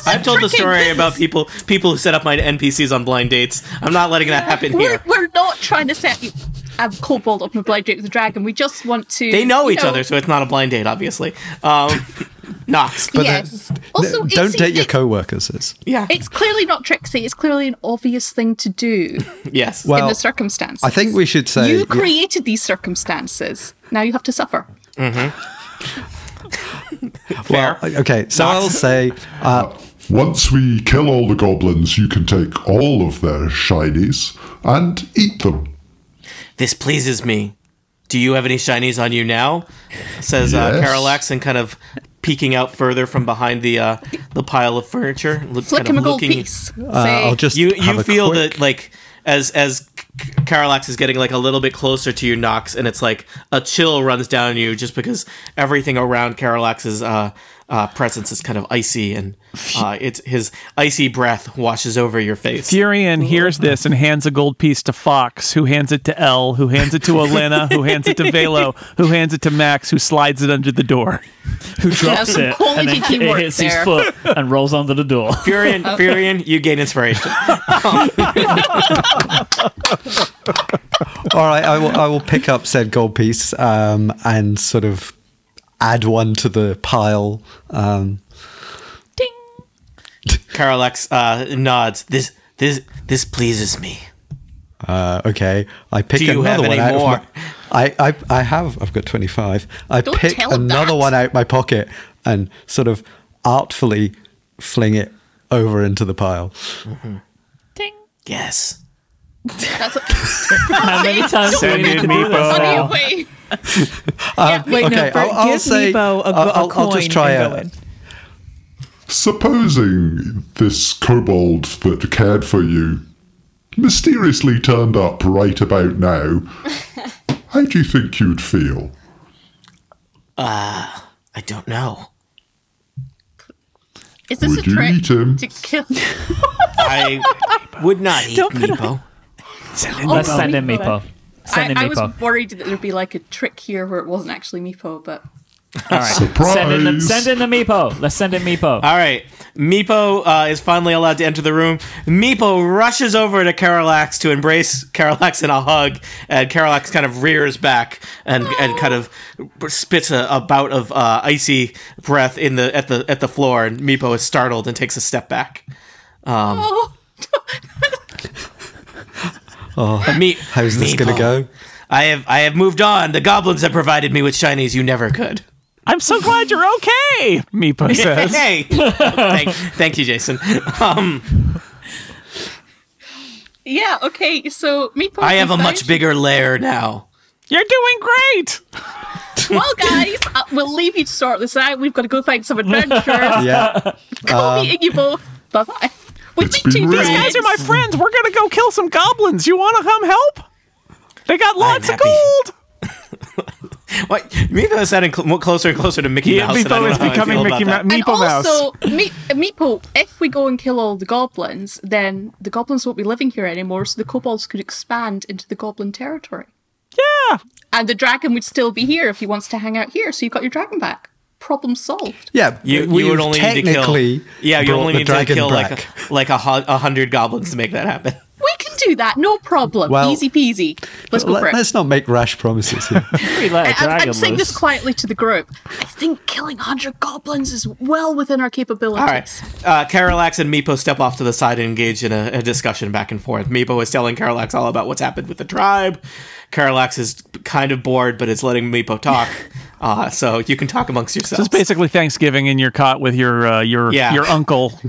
Speaker 1: I've told the
Speaker 6: tricking
Speaker 1: story about people people who set up my NPCs on blind dates. I'm not letting that happen
Speaker 6: We're,
Speaker 1: here.
Speaker 6: we're not trying to set you a kobold up on a blind date with a dragon. We just want to.
Speaker 1: They know
Speaker 6: you
Speaker 1: each other, so it's not a blind date, obviously. Um, Knox.
Speaker 5: But
Speaker 6: yes.
Speaker 5: then-
Speaker 6: also, it
Speaker 5: don't
Speaker 6: seems
Speaker 5: date your
Speaker 6: it's-
Speaker 5: co-workers. It's,
Speaker 1: yeah.
Speaker 6: It's clearly not tricksy. It's clearly an obvious thing to do
Speaker 1: Yes.
Speaker 5: Well,
Speaker 6: in the circumstances.
Speaker 5: I think we should say
Speaker 6: you created these circumstances. Now you have to suffer.
Speaker 1: fair.
Speaker 5: Okay, so I'll say uh,
Speaker 8: Once we kill all the goblins, you can take all of their shinies and eat them.
Speaker 1: this pleases me. Do you have any shinies on you now? Says uh,
Speaker 8: Yes.
Speaker 1: Parallax and kind of peeking out further from behind the uh, the pile of furniture. Look,
Speaker 6: Flick
Speaker 1: kind
Speaker 6: him a
Speaker 1: of
Speaker 6: gold
Speaker 1: looking-
Speaker 6: piece.
Speaker 5: uh,
Speaker 6: Say,
Speaker 5: I'll just
Speaker 1: you
Speaker 5: have
Speaker 1: you
Speaker 5: a
Speaker 1: feel
Speaker 5: quick-
Speaker 1: that like as as K- Carolax is getting like a little bit closer to you, Knox, and it's like a chill runs down you just because everything around Carolax's uh, uh, presence is kind of icy, and uh, it's his icy breath washes over your face.
Speaker 7: Furian hears this and hands a gold piece to Fox, who hands it to L, who hands it to Elena, who hands it to Velo, who hands it to Max, who slides it under the door.
Speaker 2: Who drops
Speaker 6: some
Speaker 2: it
Speaker 6: quality
Speaker 2: and then it
Speaker 6: teamwork
Speaker 2: hits his
Speaker 6: there.
Speaker 2: foot and rolls under the door.
Speaker 1: Furion, Furion, you gain inspiration.
Speaker 5: All right, I will. I will pick up said gold piece um, and sort of add one to the pile. Um,
Speaker 1: Carolax uh, nods. This this this pleases me.
Speaker 5: uh, okay, I pick
Speaker 1: Do you have
Speaker 5: another one
Speaker 1: any
Speaker 5: out.
Speaker 1: more?
Speaker 5: Of my, I, I I have. I've got twenty five. I
Speaker 6: Don't
Speaker 5: pick
Speaker 6: tell him
Speaker 5: another
Speaker 6: that.
Speaker 5: one out my pocket and sort of artfully fling it over into the pile.
Speaker 1: Yes.
Speaker 6: that's a-
Speaker 2: How many times do we
Speaker 7: Send
Speaker 2: need
Speaker 7: in
Speaker 2: to do this
Speaker 7: Meepo.
Speaker 2: now?
Speaker 6: Funny way.
Speaker 5: Uh,
Speaker 3: Wait,
Speaker 5: okay,
Speaker 3: no, for,
Speaker 5: I'll- I'll
Speaker 3: give Meepo a,
Speaker 5: say-
Speaker 3: go-
Speaker 5: I'll-
Speaker 3: a
Speaker 5: I'll-
Speaker 3: coin
Speaker 5: I'll just try
Speaker 3: and
Speaker 5: a-
Speaker 3: go in.
Speaker 8: Supposing this kobold that cared for you mysteriously turned up right about now, how do you think you'd feel?
Speaker 1: I don't know.
Speaker 6: Is this
Speaker 8: Would
Speaker 6: a
Speaker 8: you
Speaker 6: trick
Speaker 8: eat him?
Speaker 6: to kill?
Speaker 1: I would not eat
Speaker 3: Don't put
Speaker 1: Meepo.
Speaker 2: Let's send in Meepo. Send in
Speaker 6: I, Oh, I was
Speaker 2: Meepo.
Speaker 6: worried that there'd be like a trick here where it wasn't actually Meepo, but
Speaker 2: All right.
Speaker 8: Surprise!
Speaker 2: Send in, the, send in the Meepo. Let's send in Meepo.
Speaker 1: All right. Meepo uh, is finally allowed to enter the room. Meepo rushes over to Carolax to embrace Carolax in a hug, and Carolax kind of rears back and, and kind of spits a, a bout of uh, icy breath in the at the at the floor, and Meepo is startled and takes a step back. Um,
Speaker 6: oh,
Speaker 1: Me-
Speaker 5: How's this going
Speaker 1: Oh, Meepo,
Speaker 5: to go?
Speaker 1: I have I have moved on. The goblins have provided me with shinies you never could.
Speaker 7: I'm so glad you're okay, Meepo says.
Speaker 1: Hey, thank, thank you, Jason. Um,
Speaker 6: yeah, okay. So Meepo,
Speaker 1: I have a
Speaker 6: decided-
Speaker 1: much bigger lair now.
Speaker 7: You're doing great.
Speaker 6: Well, guys, uh, we'll leave you to sort this out. We've got to go find some adventures. yeah.
Speaker 5: Yeah.
Speaker 6: Call me you both. Bye bye. We've
Speaker 8: It's
Speaker 6: been
Speaker 8: been
Speaker 6: two
Speaker 8: real.
Speaker 7: These guys are my friends. We're gonna go kill some goblins. You wanna come help? They got lots of
Speaker 1: happy.
Speaker 7: gold.
Speaker 1: What? Meepo is sounding cl- more closer and closer to Mickey
Speaker 7: Yeah,
Speaker 1: Mouse. and I
Speaker 7: Meepo
Speaker 1: don't
Speaker 7: is
Speaker 1: know how I
Speaker 7: becoming
Speaker 1: feel about
Speaker 7: Mickey
Speaker 1: that.
Speaker 7: Mouse.
Speaker 6: And
Speaker 7: Meepo Mouse.
Speaker 6: also, Me- Meepo, if we go and kill all the goblins, then the goblins won't be living here anymore, so the kobolds could expand into the goblin territory.
Speaker 7: Yeah.
Speaker 6: And the dragon would still be here if he wants to hang out here, so you've got your dragon back. Problem solved.
Speaker 5: Yeah.
Speaker 1: You, you
Speaker 5: we've
Speaker 1: would only need to kill.
Speaker 5: technically
Speaker 1: Yeah, you
Speaker 5: brought
Speaker 1: only
Speaker 5: the
Speaker 1: need to
Speaker 5: dragon
Speaker 1: kill
Speaker 5: back.
Speaker 1: like like a, hu- a hundred goblins to make that happen.
Speaker 6: We can do that. No problem.
Speaker 5: Well-
Speaker 6: Easy peasy. Let's go for
Speaker 5: Let,
Speaker 6: it.
Speaker 5: us not make rash promises here.
Speaker 2: We let a
Speaker 6: I- I'm,
Speaker 2: dragon
Speaker 6: I'm saying this
Speaker 2: loose.
Speaker 6: quietly to the group. I think killing 100 goblins is well within our capabilities.
Speaker 1: All right. Uh, Carolax and Meepo step off to the side and engage in a, a discussion back and forth. Meepo is telling Carolax all about what's happened with the tribe. Carolax is kind of bored, but is letting Meepo talk. uh, so you can talk amongst
Speaker 7: This is
Speaker 1: yourselves.
Speaker 7: basically Thanksgiving, and you're caught with your uh, your
Speaker 1: Yeah.
Speaker 7: your uncle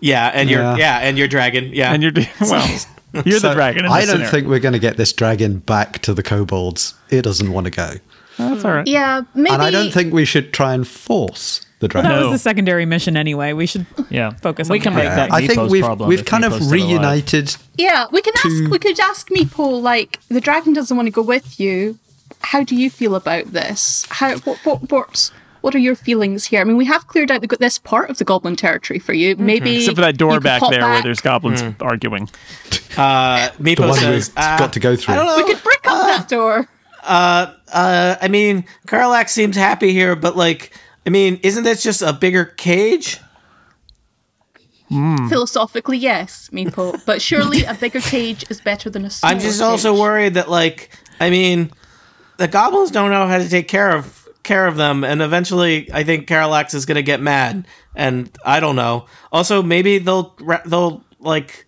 Speaker 1: yeah, and your
Speaker 5: Yeah.
Speaker 1: yeah, and your dragon. Yeah,
Speaker 7: and your well, you're the
Speaker 5: So,
Speaker 7: dragon. In
Speaker 5: I
Speaker 7: this
Speaker 5: don't
Speaker 7: scenario.
Speaker 5: think we're going to get this dragon back to the kobolds. It doesn't want to go.
Speaker 7: that's all right.
Speaker 6: Yeah, maybe.
Speaker 5: And I don't think we should try and force the dragon.
Speaker 3: That
Speaker 7: No.
Speaker 3: was the secondary mission anyway. We should.
Speaker 2: Yeah,
Speaker 3: Focus
Speaker 2: We
Speaker 3: on
Speaker 2: can
Speaker 3: that.
Speaker 2: make
Speaker 5: Yeah,
Speaker 2: that.
Speaker 5: I think
Speaker 2: Meepo's
Speaker 5: we've
Speaker 2: problem
Speaker 5: we've
Speaker 2: if
Speaker 5: kind
Speaker 2: Meepo's
Speaker 5: of
Speaker 2: still alive.
Speaker 5: reunited.
Speaker 6: Yeah, we can ask. We could ask Meepo. Like the dragon doesn't want to go with you. How do you feel about this? How what what what, what are your feelings here? I mean, we have cleared out the, go- this part of the goblin territory for you. Maybe
Speaker 7: Except for that door
Speaker 6: you could
Speaker 7: back
Speaker 6: pop
Speaker 7: there where there's goblins arguing.
Speaker 1: uh,
Speaker 5: The
Speaker 1: Meepo
Speaker 5: one
Speaker 1: says,
Speaker 5: we've
Speaker 1: uh,
Speaker 5: got to go through.
Speaker 1: I don't know.
Speaker 6: We could brick up that door.
Speaker 1: Uh, I mean, Carlax seems happy here, but like, I mean, isn't this just a bigger cage?
Speaker 7: Hmm.
Speaker 6: Philosophically, yes, Meepo. But surely a bigger cage is better than a smaller.
Speaker 1: I'm just also
Speaker 6: cage.
Speaker 1: worried that like, I mean, the goblins don't know how to take care of care of them, and eventually, I think Carlax is gonna get mad, and I don't know. Also, maybe they'll ra- they'll like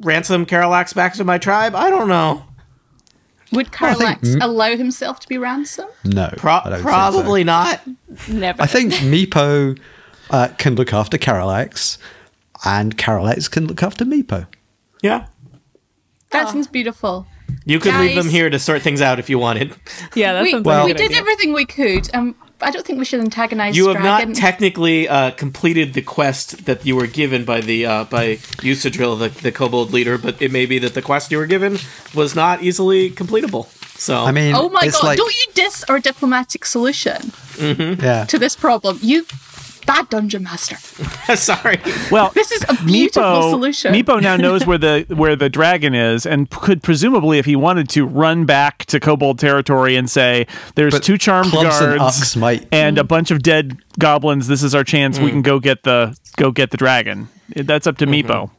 Speaker 1: ransom Carlax back to my tribe. I don't know.
Speaker 6: Would Carlax
Speaker 7: Hmm?
Speaker 6: allow himself to be ransomed?
Speaker 5: No,
Speaker 1: Pro-
Speaker 5: I don't think so.
Speaker 1: probably not.
Speaker 4: Never.
Speaker 5: I think Meepo uh, can look after Carolax, and Carolax can look after Meepo.
Speaker 1: Yeah, Ah.
Speaker 6: That seems beautiful.
Speaker 1: you could leave them
Speaker 6: Guys.
Speaker 1: here to sort things out if you wanted.
Speaker 3: Yeah, that
Speaker 6: we
Speaker 3: sounds
Speaker 5: Well-
Speaker 3: like
Speaker 6: we
Speaker 3: a good
Speaker 6: did
Speaker 3: idea.
Speaker 6: everything we could. Um, I don't think we should antagonize.
Speaker 1: You have
Speaker 6: dragon.
Speaker 1: not technically uh, completed the quest that you were given by the uh, by Usadril, the, the kobold leader, but it may be that the quest you were given was not easily completable. So
Speaker 5: I mean,
Speaker 6: Oh my
Speaker 5: it's
Speaker 6: god,
Speaker 5: like,
Speaker 6: don't you diss our diplomatic solution
Speaker 5: yeah,
Speaker 6: to this problem. You bad dungeon master.
Speaker 1: sorry.
Speaker 7: Well,
Speaker 6: This is a beautiful
Speaker 7: Meepo-
Speaker 6: solution.
Speaker 7: Meepo now knows where the where the dragon is, and p- could presumably, if he wanted to, run back to Kobold territory and say, "There's
Speaker 5: But
Speaker 7: two charmed
Speaker 5: clubs and
Speaker 7: guards
Speaker 5: ucks might-
Speaker 7: and a bunch of dead goblins. This is our chance. We can go get the go get the dragon. That's up to Meepo."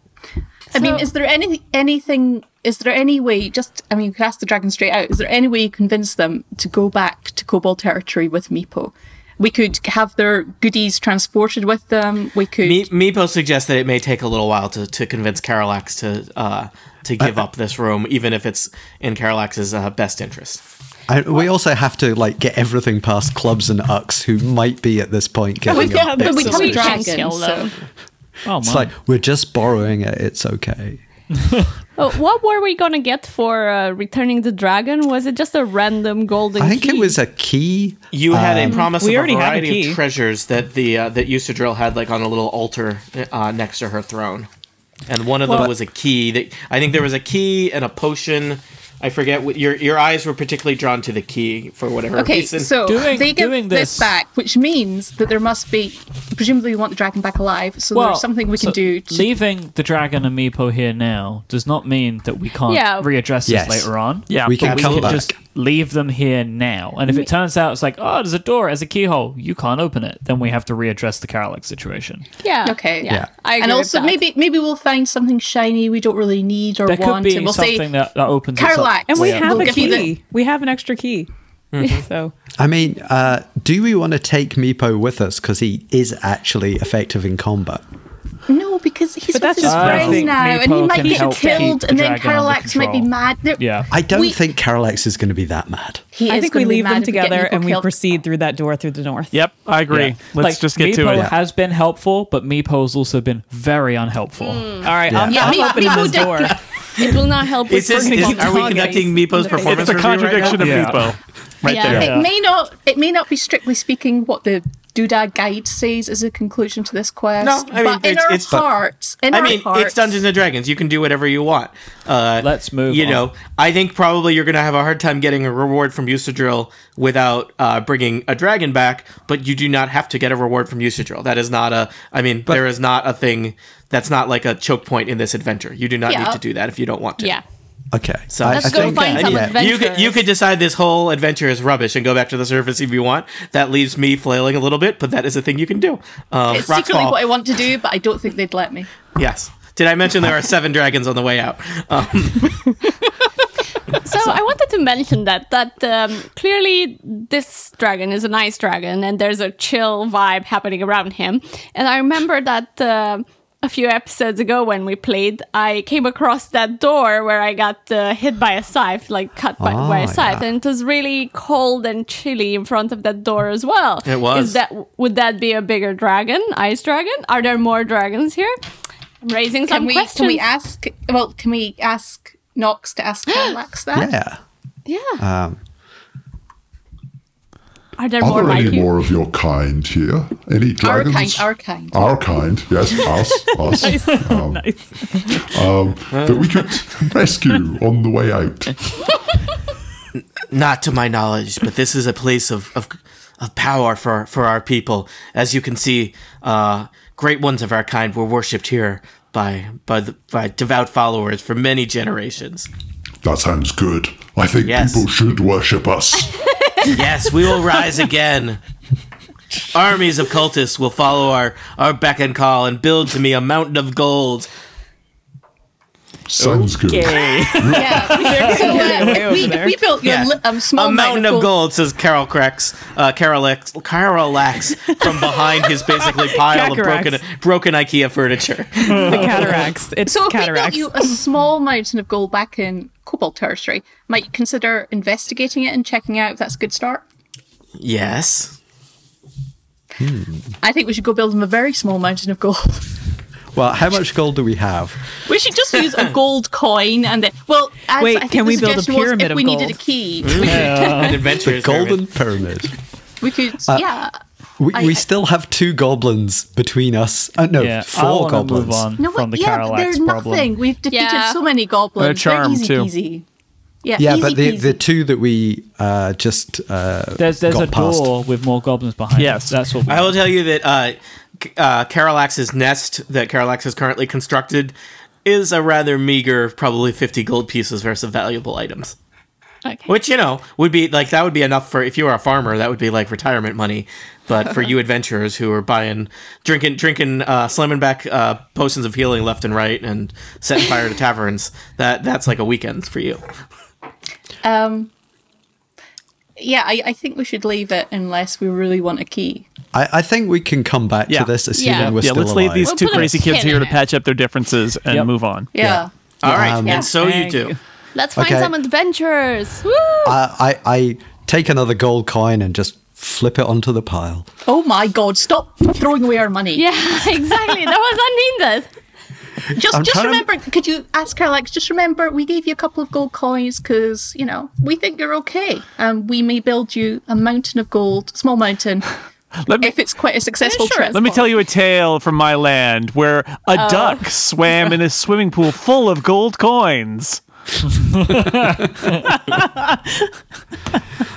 Speaker 6: I mean, is there any anything is there any way just I mean you could ask the dragon straight out, is there any way you convince them to go back to Cobalt territory with Meepo? We could have their goodies transported with them. We could
Speaker 1: Me- Meepo suggests that it may take a little while to, to convince Carolax to uh, to give up this room, even if it's in Carolax's uh, best interest.
Speaker 5: and we also have to like get everything past clubs and ucks who might be at this point getting.
Speaker 6: we've
Speaker 5: a
Speaker 6: got
Speaker 5: bit
Speaker 6: Oh, but we
Speaker 5: suspicious.
Speaker 6: have
Speaker 4: suspicious.
Speaker 6: dragons.
Speaker 4: Kill
Speaker 6: So.
Speaker 4: them.
Speaker 2: Oh
Speaker 5: It's
Speaker 2: my!
Speaker 5: like we're just borrowing it. It's okay.
Speaker 4: Oh, what were we gonna get for uh, returning the dragon? Was it just a random golden?
Speaker 5: I think it
Speaker 4: key?
Speaker 5: was a key.
Speaker 1: You had a promise of
Speaker 3: we
Speaker 1: a
Speaker 3: already had a
Speaker 1: variety
Speaker 3: key.
Speaker 1: of treasures that the uh, that Usadril had like on a little altar uh, next to her throne, and one of them was a key. That I think there was a key and a potion. I forget what your your eyes were particularly drawn to the key for whatever
Speaker 6: Okay,
Speaker 1: reason.
Speaker 6: so
Speaker 2: Doing-
Speaker 6: they give
Speaker 2: doing
Speaker 6: this.
Speaker 2: this-
Speaker 6: back, which means that there must be presumably we want the dragon back alive, so
Speaker 2: well,
Speaker 6: there's something we can
Speaker 2: so
Speaker 6: do to
Speaker 2: leaving the dragon and Meepo here now does not mean that we can't
Speaker 4: Yeah.
Speaker 2: readdress this
Speaker 5: Yes.
Speaker 2: later on.
Speaker 7: Yeah,
Speaker 5: we
Speaker 7: but
Speaker 5: can
Speaker 2: we
Speaker 5: come
Speaker 2: can
Speaker 5: back.
Speaker 2: just leave them here now. And if it turns out it's like, oh, there's a door, there's a keyhole, you can't open it, then we have to readdress the Karalik situation.
Speaker 4: yeah.
Speaker 6: Okay.
Speaker 4: Yeah.
Speaker 5: Yeah.
Speaker 4: I agree
Speaker 6: and
Speaker 4: with
Speaker 6: also
Speaker 4: that.
Speaker 6: maybe maybe we'll find something shiny we don't really need or
Speaker 2: There could
Speaker 6: want,
Speaker 2: be
Speaker 6: and we'll
Speaker 2: something
Speaker 6: say
Speaker 2: that, that opens us
Speaker 6: Carlax.
Speaker 2: up.
Speaker 3: And we
Speaker 6: we'll
Speaker 3: have a
Speaker 6: give you the-
Speaker 3: key. We have an extra key.
Speaker 5: Mm-hmm.
Speaker 3: So
Speaker 5: I mean, uh, do we want to take Meepo with us because he is actually effective in combat?
Speaker 6: no, because he's with
Speaker 3: that's
Speaker 6: his
Speaker 3: just I
Speaker 6: friends
Speaker 2: think
Speaker 6: now, and he
Speaker 2: Meepo
Speaker 6: might
Speaker 2: can
Speaker 6: get
Speaker 2: help
Speaker 6: killed,
Speaker 2: keep
Speaker 6: and
Speaker 2: the
Speaker 6: then
Speaker 2: dragon under
Speaker 6: Carlax might be
Speaker 2: control.
Speaker 6: mad. There-
Speaker 2: Yeah.
Speaker 5: I don't
Speaker 6: We-
Speaker 5: think Carolax is going to be that mad.
Speaker 3: I think we leave them together and we
Speaker 6: proceed.
Speaker 3: proceed through that door through the north.
Speaker 7: Yep, I agree. Let's
Speaker 2: Like,
Speaker 7: just get
Speaker 2: Meepo
Speaker 7: to it.
Speaker 2: has been helpful, but Meepo's also been very unhelpful.
Speaker 3: All right, I'm,
Speaker 5: Yeah.
Speaker 3: I'm
Speaker 6: Hmm. Yeah, me-
Speaker 3: opening
Speaker 6: me
Speaker 3: this
Speaker 6: too.
Speaker 3: door.
Speaker 4: it will not help.
Speaker 1: Is
Speaker 4: with
Speaker 1: this,
Speaker 4: burning
Speaker 1: is,
Speaker 4: the
Speaker 1: are we
Speaker 4: target.
Speaker 1: conducting Meepo's performance?
Speaker 7: It's the
Speaker 1: review right now?
Speaker 7: contradiction
Speaker 2: Yeah.
Speaker 7: of Meepo, right
Speaker 4: Yeah.
Speaker 7: there.
Speaker 6: It may not. It may not be strictly speaking what the Doodah guide says as a conclusion to this quest.
Speaker 1: No, I mean,
Speaker 6: but in
Speaker 1: it's-
Speaker 6: our
Speaker 1: it's-
Speaker 6: hearts, in
Speaker 1: I
Speaker 6: our
Speaker 1: mean,
Speaker 6: hearts,
Speaker 1: it's Dungeons and Dragons. You can do whatever you want. Uh,
Speaker 2: Let's move
Speaker 1: You
Speaker 2: on.
Speaker 1: know, I think probably you're going to have a hard time getting a reward from Usadril without uh, bringing a dragon back, but you do not have to get a reward from Usadril. That is not a. I mean, there is not a thing that's not like a choke point in this adventure. You do not
Speaker 6: Yeah.
Speaker 1: need to do that if you don't want to.
Speaker 4: Yeah.
Speaker 5: Okay.
Speaker 1: So-
Speaker 5: I,
Speaker 1: Let's
Speaker 5: I
Speaker 4: go
Speaker 5: think-
Speaker 4: find some adventure.
Speaker 1: You could you could decide this whole adventure is rubbish and go back to the surface if you want. That leaves me flailing a little bit, but that is a thing you can do. Um,
Speaker 6: it's secretly
Speaker 1: Roxfall,
Speaker 6: what I want to do, but I don't think they'd let me.
Speaker 1: yes, Did I mention there are seven dragons on the way out? Uh,
Speaker 4: So I wanted to mention that that um, clearly this dragon is an ice dragon, and there's a chill vibe happening around him. And I remember that uh, a few episodes ago when we played, I came across that door where I got uh, hit by a scythe, like cut by, by
Speaker 5: Ah,
Speaker 4: a scythe,
Speaker 5: yeah.
Speaker 4: and it was really cold and chilly in front of that door as well.
Speaker 1: It was.
Speaker 4: Is that would that be a bigger dragon, ice dragon? Are there more dragons here? I'm raising some
Speaker 6: Can we
Speaker 4: questions.
Speaker 6: can we ask? Well, can we ask Knox to ask Max that?
Speaker 5: Yeah.
Speaker 4: yeah.
Speaker 5: Um,
Speaker 4: Are there
Speaker 8: Are
Speaker 4: more
Speaker 8: there
Speaker 4: like
Speaker 8: any
Speaker 4: you?
Speaker 8: more of your kind here? Any
Speaker 6: Our
Speaker 8: dragons?
Speaker 6: kind, our kind.
Speaker 8: Our kind, yes, us, us, um, um, that we could rescue on the way out.
Speaker 1: Not to my knowledge, but this is a place of, of, of power for, for our people. As you can see, uh, great ones of our kind were worshipped here by by, the, by devout followers for many generations.
Speaker 8: That sounds good. I think
Speaker 1: Yes.
Speaker 8: people should worship us.
Speaker 1: Yes, we will rise again. Armies of cultists will follow our, our beck and call and build to me a mountain of gold.
Speaker 8: Sounds good.
Speaker 6: Yeah. so, uh, if, we, if we built your
Speaker 1: Yeah.
Speaker 6: li- um, small
Speaker 1: a mountain of
Speaker 6: gold-
Speaker 1: gold, says Carol Crex, uh, Carol X, Carol Lax from behind his basically pile of
Speaker 3: Cacarax.
Speaker 1: broken broken IKEA furniture.
Speaker 3: The cataracts. It's
Speaker 6: So if
Speaker 3: cataracts.
Speaker 6: we built you a small mountain of gold back in Cobalt Territory, might you consider investigating it and checking out if that's a good start?
Speaker 1: yes.
Speaker 6: I think we should go build him a very small mountain of gold.
Speaker 5: well, how much gold do we have?
Speaker 6: We should just use a gold coin and then. Well, as
Speaker 3: Wait,
Speaker 6: I think
Speaker 3: can
Speaker 6: the
Speaker 3: we build a
Speaker 6: suggestion was
Speaker 3: pyramid
Speaker 6: if
Speaker 3: of
Speaker 6: we needed a
Speaker 3: gold?
Speaker 6: key,
Speaker 1: An adventure. is very-
Speaker 5: Golden pyramid.
Speaker 6: we could.
Speaker 3: Uh,
Speaker 6: yeah.
Speaker 5: We,
Speaker 6: I-
Speaker 5: we still have two goblins between us. Uh, no,
Speaker 2: Yeah, I
Speaker 5: four
Speaker 2: wanna
Speaker 5: goblins.
Speaker 2: move on
Speaker 6: No,
Speaker 2: from the
Speaker 6: wait, yeah, but they're
Speaker 2: Carolax problem.
Speaker 6: nothing. We've defeated
Speaker 4: Yeah.
Speaker 6: so many goblins.
Speaker 7: They're charmed,
Speaker 6: easy
Speaker 7: too.
Speaker 6: peasy. Yeah,
Speaker 5: Yeah,
Speaker 6: easy
Speaker 5: but the,
Speaker 6: peasy.
Speaker 5: the two that we uh, just uh,
Speaker 2: There's there's
Speaker 5: got
Speaker 2: a
Speaker 5: past.
Speaker 2: door with more goblins behind.
Speaker 7: Yes.
Speaker 2: it. that's what. We
Speaker 1: I will tell you that uh, C- uh, Carolax's nest that Carolax has currently constructed is a rather meager, probably 50 gold pieces versus valuable items.
Speaker 4: Okay.
Speaker 1: Which, you know, would be like, that would be enough for, if you were a farmer, that would be like retirement money. But for you adventurers who are buying, drinking, drinking, uh, slamming back uh, potions of healing left and right and setting fire to taverns, that that's like a weekend for you.
Speaker 6: Um, yeah, I, I think we should leave it unless we really want a key.
Speaker 5: I, I think we can come back
Speaker 7: Yeah.
Speaker 5: to this, assuming
Speaker 4: Yeah.
Speaker 5: we're
Speaker 7: yeah,
Speaker 5: still
Speaker 7: let's
Speaker 5: alive.
Speaker 7: leave these
Speaker 4: We'll
Speaker 7: two
Speaker 4: put a
Speaker 7: crazy kids
Speaker 4: pin
Speaker 7: here
Speaker 4: in
Speaker 7: to
Speaker 4: it.
Speaker 7: patch up their differences and
Speaker 2: Yep.
Speaker 7: move on.
Speaker 6: Yeah.
Speaker 1: All right.
Speaker 5: Um,
Speaker 1: and so you
Speaker 3: Thank
Speaker 1: do.
Speaker 3: you.
Speaker 4: Let's find
Speaker 5: Okay.
Speaker 4: some adventures. Woo!
Speaker 5: I, I, I take another gold coin and just flip it onto the pile.
Speaker 6: Oh my god, stop throwing away our money.
Speaker 4: yeah, exactly. That was unneeded.
Speaker 6: Just
Speaker 5: I'm
Speaker 6: just
Speaker 5: trying to-
Speaker 6: remember, could you ask her, like, just remember, we gave you a couple of gold coins because, you know, we think you're okay. And we may build you a mountain of gold, small mountain,
Speaker 7: Let me
Speaker 6: if it's quite a successful
Speaker 4: Sure.
Speaker 6: trip.
Speaker 7: Let me tell you a tale from my land where a
Speaker 4: Oh.
Speaker 7: duck swam in a swimming pool full of gold coins.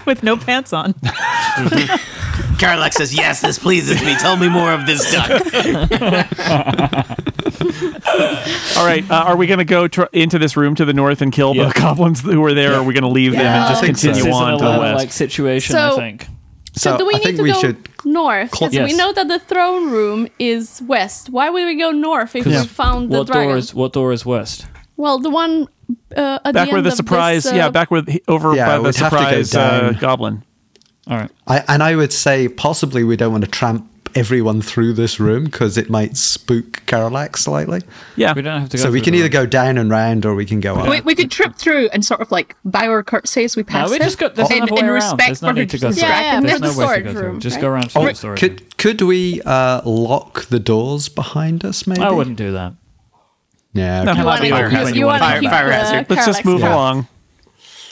Speaker 3: with no pants on.
Speaker 1: Carolax says, yes, this pleases me. Tell me more of this duck.
Speaker 7: All right, uh, are we going to go tr- into this room to the north and kill
Speaker 2: Yeah.
Speaker 7: the goblins who are there? Or are we going to leave them
Speaker 4: Yeah.
Speaker 7: and just
Speaker 5: I think so.
Speaker 7: continue
Speaker 2: this is
Speaker 7: on
Speaker 2: an
Speaker 7: to the
Speaker 2: Aladdin
Speaker 7: west?
Speaker 2: like situation. I
Speaker 4: So-
Speaker 2: think.
Speaker 5: So,
Speaker 4: do we
Speaker 5: I
Speaker 4: need
Speaker 5: think
Speaker 4: to
Speaker 5: we
Speaker 4: go
Speaker 5: should.
Speaker 4: north? Because
Speaker 2: Yes.
Speaker 4: we know that the throne room is west. Why would we go north if we found the
Speaker 2: What
Speaker 4: dragon?
Speaker 2: door is what door is west?
Speaker 4: well, the one uh, at
Speaker 7: Back
Speaker 4: the
Speaker 7: where
Speaker 4: end
Speaker 7: the
Speaker 4: of
Speaker 7: surprise,
Speaker 4: this, uh,
Speaker 7: yeah, back where the, over
Speaker 5: Yeah,
Speaker 7: by
Speaker 5: we'd
Speaker 7: the
Speaker 5: have to go
Speaker 7: surprise uh,
Speaker 5: down.
Speaker 7: goblin.
Speaker 2: All right.
Speaker 5: I, and I would say possibly we don't want to tramp everyone through this room because it might spook Carolax slightly.
Speaker 7: Yeah,
Speaker 2: We don't have to go.
Speaker 5: So we
Speaker 2: through
Speaker 5: can
Speaker 2: the
Speaker 5: either
Speaker 2: room.
Speaker 5: go down and round or we can go up.
Speaker 6: We, we could trip through and sort of like bow our curtsy as we pass.
Speaker 2: we
Speaker 6: him
Speaker 2: just got- there's
Speaker 6: in,
Speaker 2: another way
Speaker 6: in
Speaker 2: around.
Speaker 6: respect
Speaker 2: There's no
Speaker 6: for her
Speaker 2: need to go through.
Speaker 4: Yeah,
Speaker 6: distracting
Speaker 4: yeah,
Speaker 6: us.
Speaker 2: There's
Speaker 4: the
Speaker 2: no way to
Speaker 4: storage
Speaker 2: go through.
Speaker 4: room,
Speaker 2: Just
Speaker 4: right?
Speaker 2: go around to the
Speaker 5: Or
Speaker 2: storage room.
Speaker 5: Oh, could could we uh, lock the doors behind us? Maybe
Speaker 2: I wouldn't do that.
Speaker 5: Yeah.
Speaker 7: No.
Speaker 5: okay.
Speaker 4: You want to
Speaker 7: Fire
Speaker 1: hazard.
Speaker 4: keep, you wanna
Speaker 1: Fire-
Speaker 4: keep
Speaker 1: fire
Speaker 4: the
Speaker 1: hazard.
Speaker 7: let's just
Speaker 4: Carolax
Speaker 7: move
Speaker 5: Yeah.
Speaker 7: along.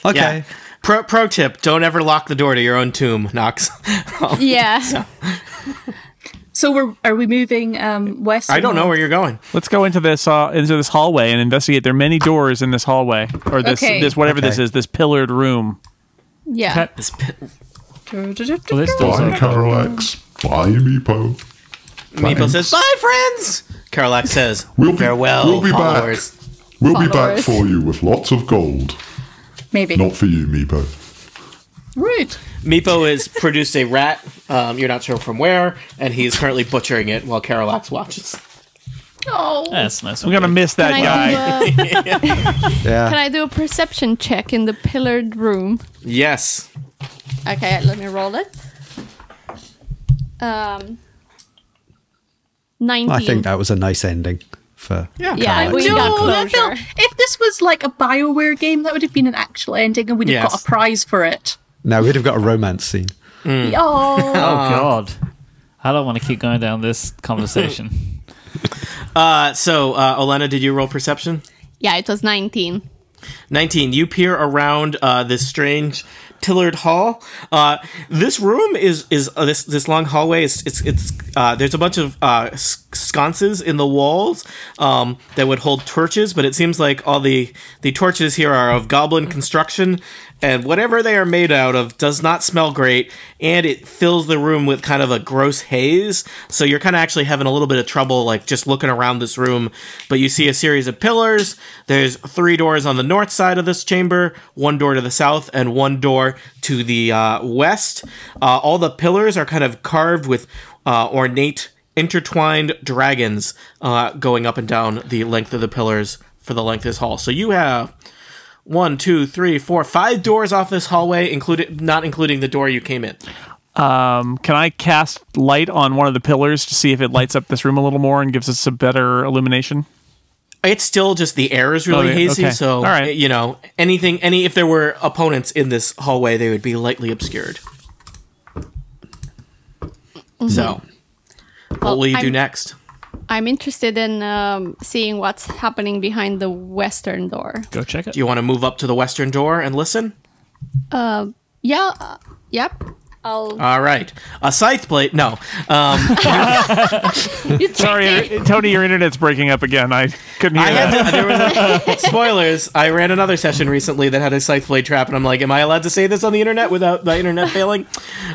Speaker 5: Okay.
Speaker 1: Yeah. Pro, pro tip don't ever lock the door to your own tomb, Knox.
Speaker 4: Yeah.
Speaker 6: So we're are we moving um, west?
Speaker 1: I
Speaker 6: or
Speaker 1: don't know
Speaker 6: north?
Speaker 1: where you're going.
Speaker 7: Let's go into this uh, into this hallway and investigate. There are many doors in this hallway, or this
Speaker 6: Okay.
Speaker 7: this whatever this
Speaker 5: Okay.
Speaker 7: is, this pillared room.
Speaker 4: yeah.
Speaker 1: This pi-
Speaker 2: Well, this door's
Speaker 8: Bye,
Speaker 2: open.
Speaker 8: Carolax. Bye, Meepo.
Speaker 1: Meeple says, "Bye, friends." Carolac says,
Speaker 8: We'll be-
Speaker 1: "Farewell,
Speaker 8: we'll be back.
Speaker 1: followers."
Speaker 8: We'll be back
Speaker 4: Followers.
Speaker 8: for you with lots of gold.
Speaker 6: Maybe.
Speaker 8: Not for you, Meepo.
Speaker 6: Rude.
Speaker 1: Meepo has produced a rat. Um, you're not sure from where, and he's currently butchering it while Carolax watches.
Speaker 4: Oh.
Speaker 2: That's nice.
Speaker 7: I'm gonna miss that
Speaker 4: Can
Speaker 7: guy.
Speaker 4: I, do a,
Speaker 5: Yeah.
Speaker 4: can I do a perception check in the pillared room?
Speaker 1: Yes.
Speaker 4: Okay, let me roll it. Um, 19.
Speaker 5: I think that was a nice ending for.
Speaker 1: Yeah.
Speaker 4: yeah, we
Speaker 6: no,
Speaker 4: got
Speaker 6: Oh, that
Speaker 4: closure.
Speaker 6: felt- if this was like a Bioware game, that would have been an actual ending, and we'd have
Speaker 1: Yes.
Speaker 6: got a prize for it.
Speaker 5: No, we'd have got a romance scene.
Speaker 6: Oh,
Speaker 2: Oh God, I don't want to keep going down this conversation.
Speaker 1: Uh, so, uh, Olena, did you roll perception?
Speaker 4: Yeah, it was 19.
Speaker 1: 19 you peer around uh, this strange tillard hall uh, this room is is uh, this this long hallway is it's it's uh, there's a bunch of uh, s- sconces in the walls um, that would hold torches but it seems like all the the torches here are of goblin construction and whatever they are made out of does not smell great and it fills the room with kind of a gross haze so you're kind of actually having a little bit of trouble like just looking around this room but you see a series of pillars there's three doors on the north side of this chamber one door to the south and one door to the uh, west uh, all the pillars are kind of carved with uh, ornate intertwined dragons uh, going up and down the length of the pillars for the length of this hall so you have one, two, three, four, five doors off this hallway, including not including the door you came in.
Speaker 7: Um, can I cast light on one of the pillars to see if it lights up this room a little more and gives us a better illumination?
Speaker 1: It's still just the air is
Speaker 7: Oh,
Speaker 1: really
Speaker 7: yeah,
Speaker 1: hazy,
Speaker 7: okay.
Speaker 1: so
Speaker 7: All right.
Speaker 1: you know anything. Any if there were opponents in this hallway, they would be lightly obscured. So, what
Speaker 4: Mm-hmm. Well,
Speaker 1: will you do
Speaker 4: I'm-
Speaker 1: next?
Speaker 4: I'm interested in um, seeing what's happening behind the western door.
Speaker 2: Go check it.
Speaker 1: Do you want to move up to the western door and listen?
Speaker 4: Yeah, uh, yep. I'll.
Speaker 1: All right, a scythe blade. No, um,
Speaker 4: you tricked me.
Speaker 7: Sorry, uh, Tony, your internet's breaking up again. I couldn't
Speaker 1: I
Speaker 7: hear that.
Speaker 1: had to, there was a, spoilers. I ran another session recently that had a scythe blade trap, and I'm like, am I allowed to say this on the internet without the internet failing?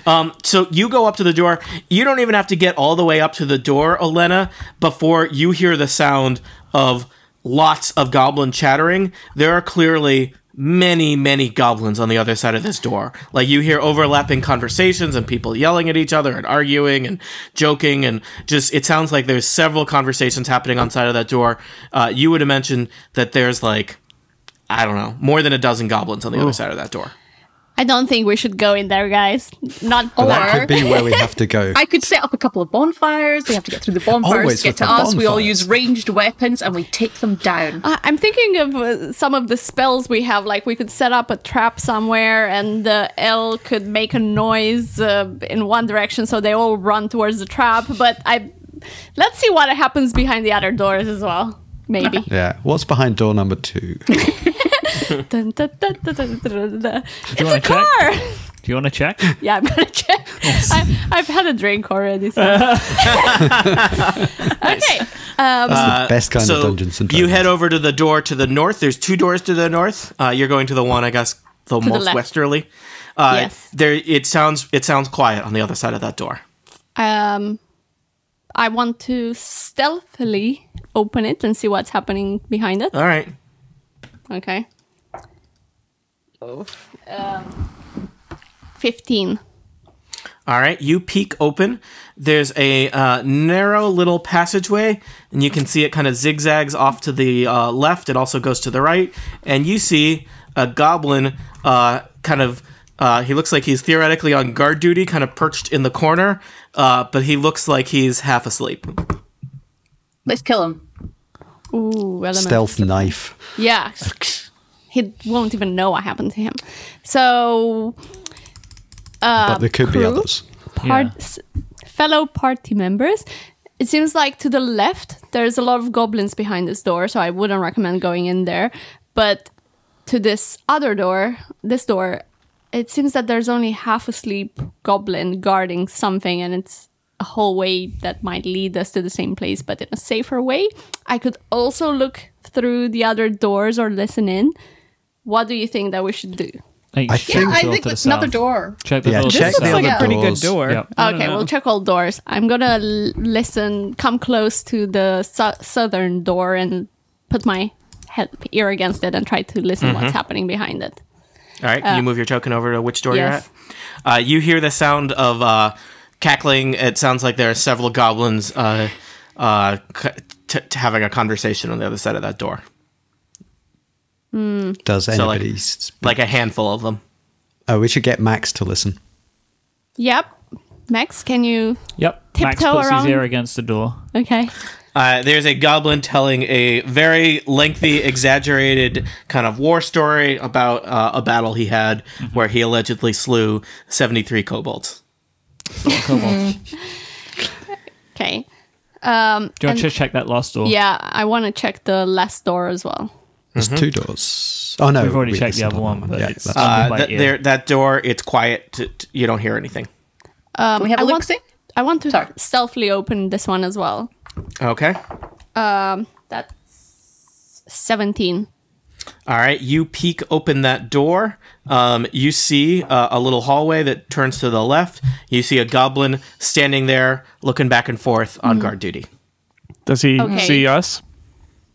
Speaker 1: Um, so you go up to the door. You don't even have to get all the way up to the door, Elena, before you hear the sound of lots of goblin chattering. There are clearly many, many goblins on the other side of this door. Like you hear overlapping conversations and people yelling at each other and arguing and joking and just it sounds like there's several conversations happening on side of that door. Uh, you would have mentioned that there's like I don't know more than a dozen goblins on the other side of that door.
Speaker 4: I don't think we should go in there, guys. Not
Speaker 6: Or-
Speaker 5: That could be where we have to go.
Speaker 6: I could set up a couple of bonfires. They have to get through the bonfires
Speaker 5: Always
Speaker 6: to get
Speaker 5: with
Speaker 6: to
Speaker 5: the
Speaker 6: us. We all
Speaker 5: bonfires.
Speaker 6: use ranged weapons, and we take them down.
Speaker 4: I- I'm thinking of uh, some of the spells we have. Like we could set up a trap somewhere, and the L could make a noise uh, in one direction, so they all run towards the trap. But I, let's see what happens behind the other doors as well. Maybe.
Speaker 5: yeah. What's behind door number two?
Speaker 4: Dun, dun, dun, dun, dun, dun, dun, dun.
Speaker 2: you
Speaker 4: It's a
Speaker 2: wanna
Speaker 4: car.
Speaker 2: Do you want to check?
Speaker 4: Yeah, I'm gonna check. I, I've had a drink already. So. okay.
Speaker 5: Best kind of Dungeons and
Speaker 1: Uh, you
Speaker 5: Dragons.
Speaker 1: head over to the door to the north. There's two doors to the north. Uh, you're going to the one, I guess, the most
Speaker 4: left.
Speaker 1: westerly. Uh,
Speaker 4: Yes.
Speaker 1: There, it sounds it sounds quiet on the other side of that door.
Speaker 4: Um, I want to stealthily open it and see what's happening behind it.
Speaker 1: All right.
Speaker 4: Okay. Um, 15.
Speaker 1: All right, you peek open. There's a uh, narrow little passageway, and you can see it kind of zigzags off to the uh, left. It also goes to the right, and you see a goblin uh, kind of. Uh, he looks like he's theoretically on guard duty, kind of perched in the corner, uh, but he looks like he's half asleep.
Speaker 6: Let's kill them.
Speaker 4: Ooh, element.
Speaker 5: Stealth knife.
Speaker 4: Yeah. He won't even know what happened to him. So,
Speaker 5: but there could be
Speaker 4: Uh, crew?
Speaker 5: others.
Speaker 4: part, s- fellow party members, it seems like to the left, there's a lot of goblins behind this door, so I wouldn't recommend going in there. But to this other door, this door, it seems that there's only half asleep goblin guarding something, and it's a hallway that might lead us to the same place, but in a safer way. I could also look through the other doors or listen in. What do you think that we should do?
Speaker 2: Hey,
Speaker 5: I
Speaker 2: check
Speaker 5: think-
Speaker 2: the
Speaker 6: I
Speaker 2: door
Speaker 6: think
Speaker 2: to the
Speaker 6: that's another
Speaker 2: south.
Speaker 6: door.
Speaker 2: Check the
Speaker 5: Yeah,
Speaker 2: door. to
Speaker 5: check
Speaker 2: the
Speaker 3: This
Speaker 5: the
Speaker 3: looks
Speaker 2: south.
Speaker 3: like a
Speaker 5: other
Speaker 3: pretty good
Speaker 5: doors.
Speaker 3: door.
Speaker 2: Yep.
Speaker 4: Okay, we'll check all doors. I'm gonna l- listen, come close to the su- southern door and put my head, ear against it and try to listen
Speaker 2: Mm-hmm.
Speaker 4: what's happening behind it.
Speaker 1: All right, you move your token over to which door
Speaker 4: yes.
Speaker 1: you're at. Uh, you hear the sound of uh, cackling. It sounds like there are several goblins uh, uh, c- t- to having a conversation on the other side of that door,
Speaker 5: Does
Speaker 1: So, like-
Speaker 5: anybody? s-
Speaker 1: like a handful of them.
Speaker 5: oh, we should get Max to listen.
Speaker 4: Yep. Max, can you?
Speaker 2: Yep. Max
Speaker 4: Tiptoe
Speaker 2: puts
Speaker 4: around.
Speaker 2: his ear against the door.
Speaker 4: Okay.
Speaker 1: Uh, there's a goblin telling a very lengthy, exaggerated kind of war story about uh, a battle he had where he allegedly slew 73 kobolds.
Speaker 4: Okay. Um,
Speaker 2: Do you want
Speaker 4: and-
Speaker 2: to check that last door?
Speaker 4: yeah, I want to check the last door as well.
Speaker 5: There's two doors. Oh no,
Speaker 2: We've already
Speaker 5: we
Speaker 2: checked the
Speaker 5: listened
Speaker 2: other
Speaker 5: on
Speaker 2: one,
Speaker 5: that
Speaker 2: but
Speaker 5: Yeah,
Speaker 2: it's
Speaker 5: that's-
Speaker 2: uh,
Speaker 1: Uh, th- there, that door, it's quiet. T- t- you don't hear anything.
Speaker 4: Um,
Speaker 6: we have
Speaker 4: I
Speaker 6: a
Speaker 4: want,
Speaker 6: look-see?
Speaker 4: I want to
Speaker 6: Sorry.
Speaker 4: stealthily open this one as well.
Speaker 1: Okay.
Speaker 4: Um, that's 17.
Speaker 1: All right. You peek open that door. Um, you see uh, a little hallway that turns to the left. You see a goblin standing there looking back and forth on guard duty.
Speaker 7: Does he
Speaker 4: Okay.
Speaker 7: see us?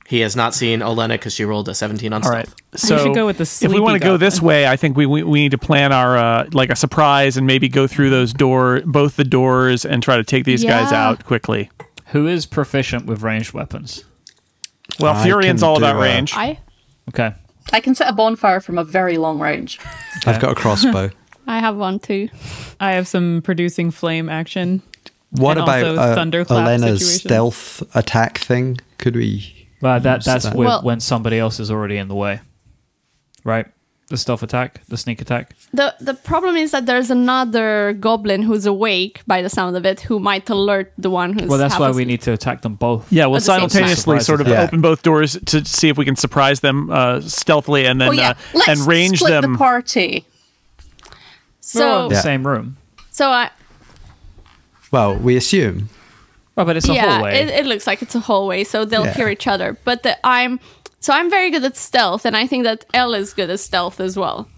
Speaker 1: He has not seen Olena because she rolled a 17 on
Speaker 7: All
Speaker 1: stealth.
Speaker 7: right. So
Speaker 3: go with the
Speaker 7: if we
Speaker 3: sleepy
Speaker 7: want to go
Speaker 3: goblin.
Speaker 7: this way, I think we, we we need to plan our uh, like a surprise and maybe go through those door both the doors and try to take these guys
Speaker 4: Yeah.
Speaker 7: out quickly.
Speaker 2: Who is proficient with ranged weapons?
Speaker 7: Well,
Speaker 5: I
Speaker 7: Furian's
Speaker 5: can
Speaker 7: all
Speaker 5: do
Speaker 7: about
Speaker 5: a-
Speaker 7: range.
Speaker 4: I
Speaker 2: Okay.
Speaker 6: I can set a bonfire from a very long range.
Speaker 5: I've got a crossbow.
Speaker 4: I have one too.
Speaker 3: I have some producing flame action.
Speaker 5: What
Speaker 3: And
Speaker 5: about
Speaker 3: also
Speaker 5: uh,
Speaker 3: thunderclap
Speaker 5: Elena's
Speaker 3: situations.
Speaker 5: stealth attack thing? Could we?
Speaker 2: Well, that that's
Speaker 5: that?
Speaker 2: with,
Speaker 4: Well-
Speaker 2: when somebody else is already in the way, right? The stealth attack, the sneak attack.
Speaker 4: The the problem is that there's another goblin who's awake by the sound of it who might alert the one who's
Speaker 2: Well, that's
Speaker 4: half
Speaker 2: why we
Speaker 4: asleep.
Speaker 2: need to attack them both.
Speaker 7: Yeah, we'll
Speaker 4: At the same time.
Speaker 7: simultaneously sort of
Speaker 5: Yeah.
Speaker 7: open both doors to see if we can surprise them uh, stealthily and then
Speaker 6: oh yeah,
Speaker 7: uh,
Speaker 6: let's
Speaker 7: and range
Speaker 6: split
Speaker 7: them.
Speaker 6: the party.
Speaker 2: We're all
Speaker 4: So
Speaker 2: in the
Speaker 5: Yeah.
Speaker 2: same room.
Speaker 4: so I
Speaker 5: Well, we assume.
Speaker 2: Well, but it's a
Speaker 4: yeah,
Speaker 2: hallway.
Speaker 4: It, it looks like it's a hallway, so they'll
Speaker 5: Yeah.
Speaker 4: hear each other. But the, I'm so I'm very good at stealth, and I think that Elle is good at stealth as well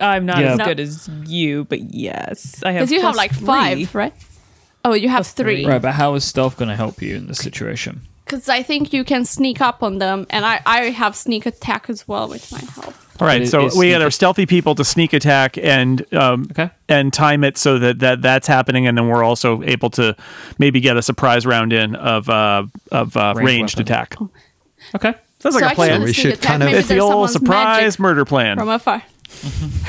Speaker 3: I'm not
Speaker 2: Yeah.
Speaker 3: as
Speaker 2: No.
Speaker 3: good as you, but yes, I have.
Speaker 4: because you have
Speaker 3: plus
Speaker 4: like
Speaker 3: three.
Speaker 4: five, right? Oh, you have
Speaker 3: three.
Speaker 4: three.
Speaker 2: right, but how is stealth going to help you in this situation?
Speaker 4: Because I think you can sneak up on them, and I I have sneak attack as well with my help.
Speaker 7: All right,
Speaker 2: It-
Speaker 7: so
Speaker 2: it's
Speaker 7: we
Speaker 2: sneak-
Speaker 7: had our stealthy people to sneak attack and um,
Speaker 2: Okay.
Speaker 7: and time it so that, that that's happening, and then we're also able to maybe get a surprise round in of uh, of uh,
Speaker 2: Ranged
Speaker 7: ranged
Speaker 2: weapon. Oh.
Speaker 7: attack.
Speaker 2: Okay.
Speaker 7: Sounds
Speaker 4: so
Speaker 7: like
Speaker 4: I
Speaker 7: a
Speaker 4: can
Speaker 7: plan.
Speaker 4: do
Speaker 5: We
Speaker 4: sneak
Speaker 5: should
Speaker 4: attack.
Speaker 5: kind of-
Speaker 4: Maybe
Speaker 7: It's the
Speaker 4: there's
Speaker 7: old
Speaker 4: someone's
Speaker 7: surprise
Speaker 4: magic
Speaker 7: murder plan.
Speaker 4: from afar.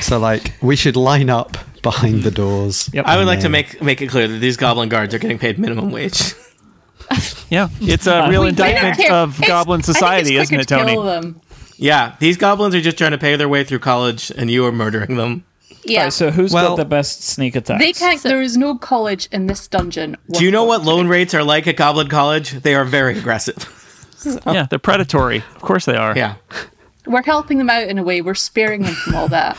Speaker 5: So, like, we should line up behind the doors.
Speaker 2: Yep.
Speaker 1: I would like to
Speaker 5: Yeah.
Speaker 1: make make it clear that these goblin guards are getting paid minimum wage.
Speaker 7: yeah, it's a real
Speaker 2: We
Speaker 7: indictment
Speaker 6: Here,
Speaker 7: of
Speaker 6: it's- I
Speaker 7: goblin
Speaker 6: think it's
Speaker 7: society,
Speaker 6: quicker
Speaker 7: isn't it,
Speaker 6: to
Speaker 7: Tony?
Speaker 6: Kill them.
Speaker 1: yeah, these goblins are just trying to pay their way through college, and you are murdering them.
Speaker 6: Yeah.
Speaker 2: So who's
Speaker 5: Well-
Speaker 2: got the best sneak attack?
Speaker 6: they can't. there is no college in this dungeon.
Speaker 1: Do you know what
Speaker 6: whatsoever.
Speaker 1: loan rates are like at Goblin College? They are very aggressive.
Speaker 7: Yeah, they're predatory. Of course they are.
Speaker 1: Yeah.
Speaker 6: We're helping them out in a way. We're sparing them from all that.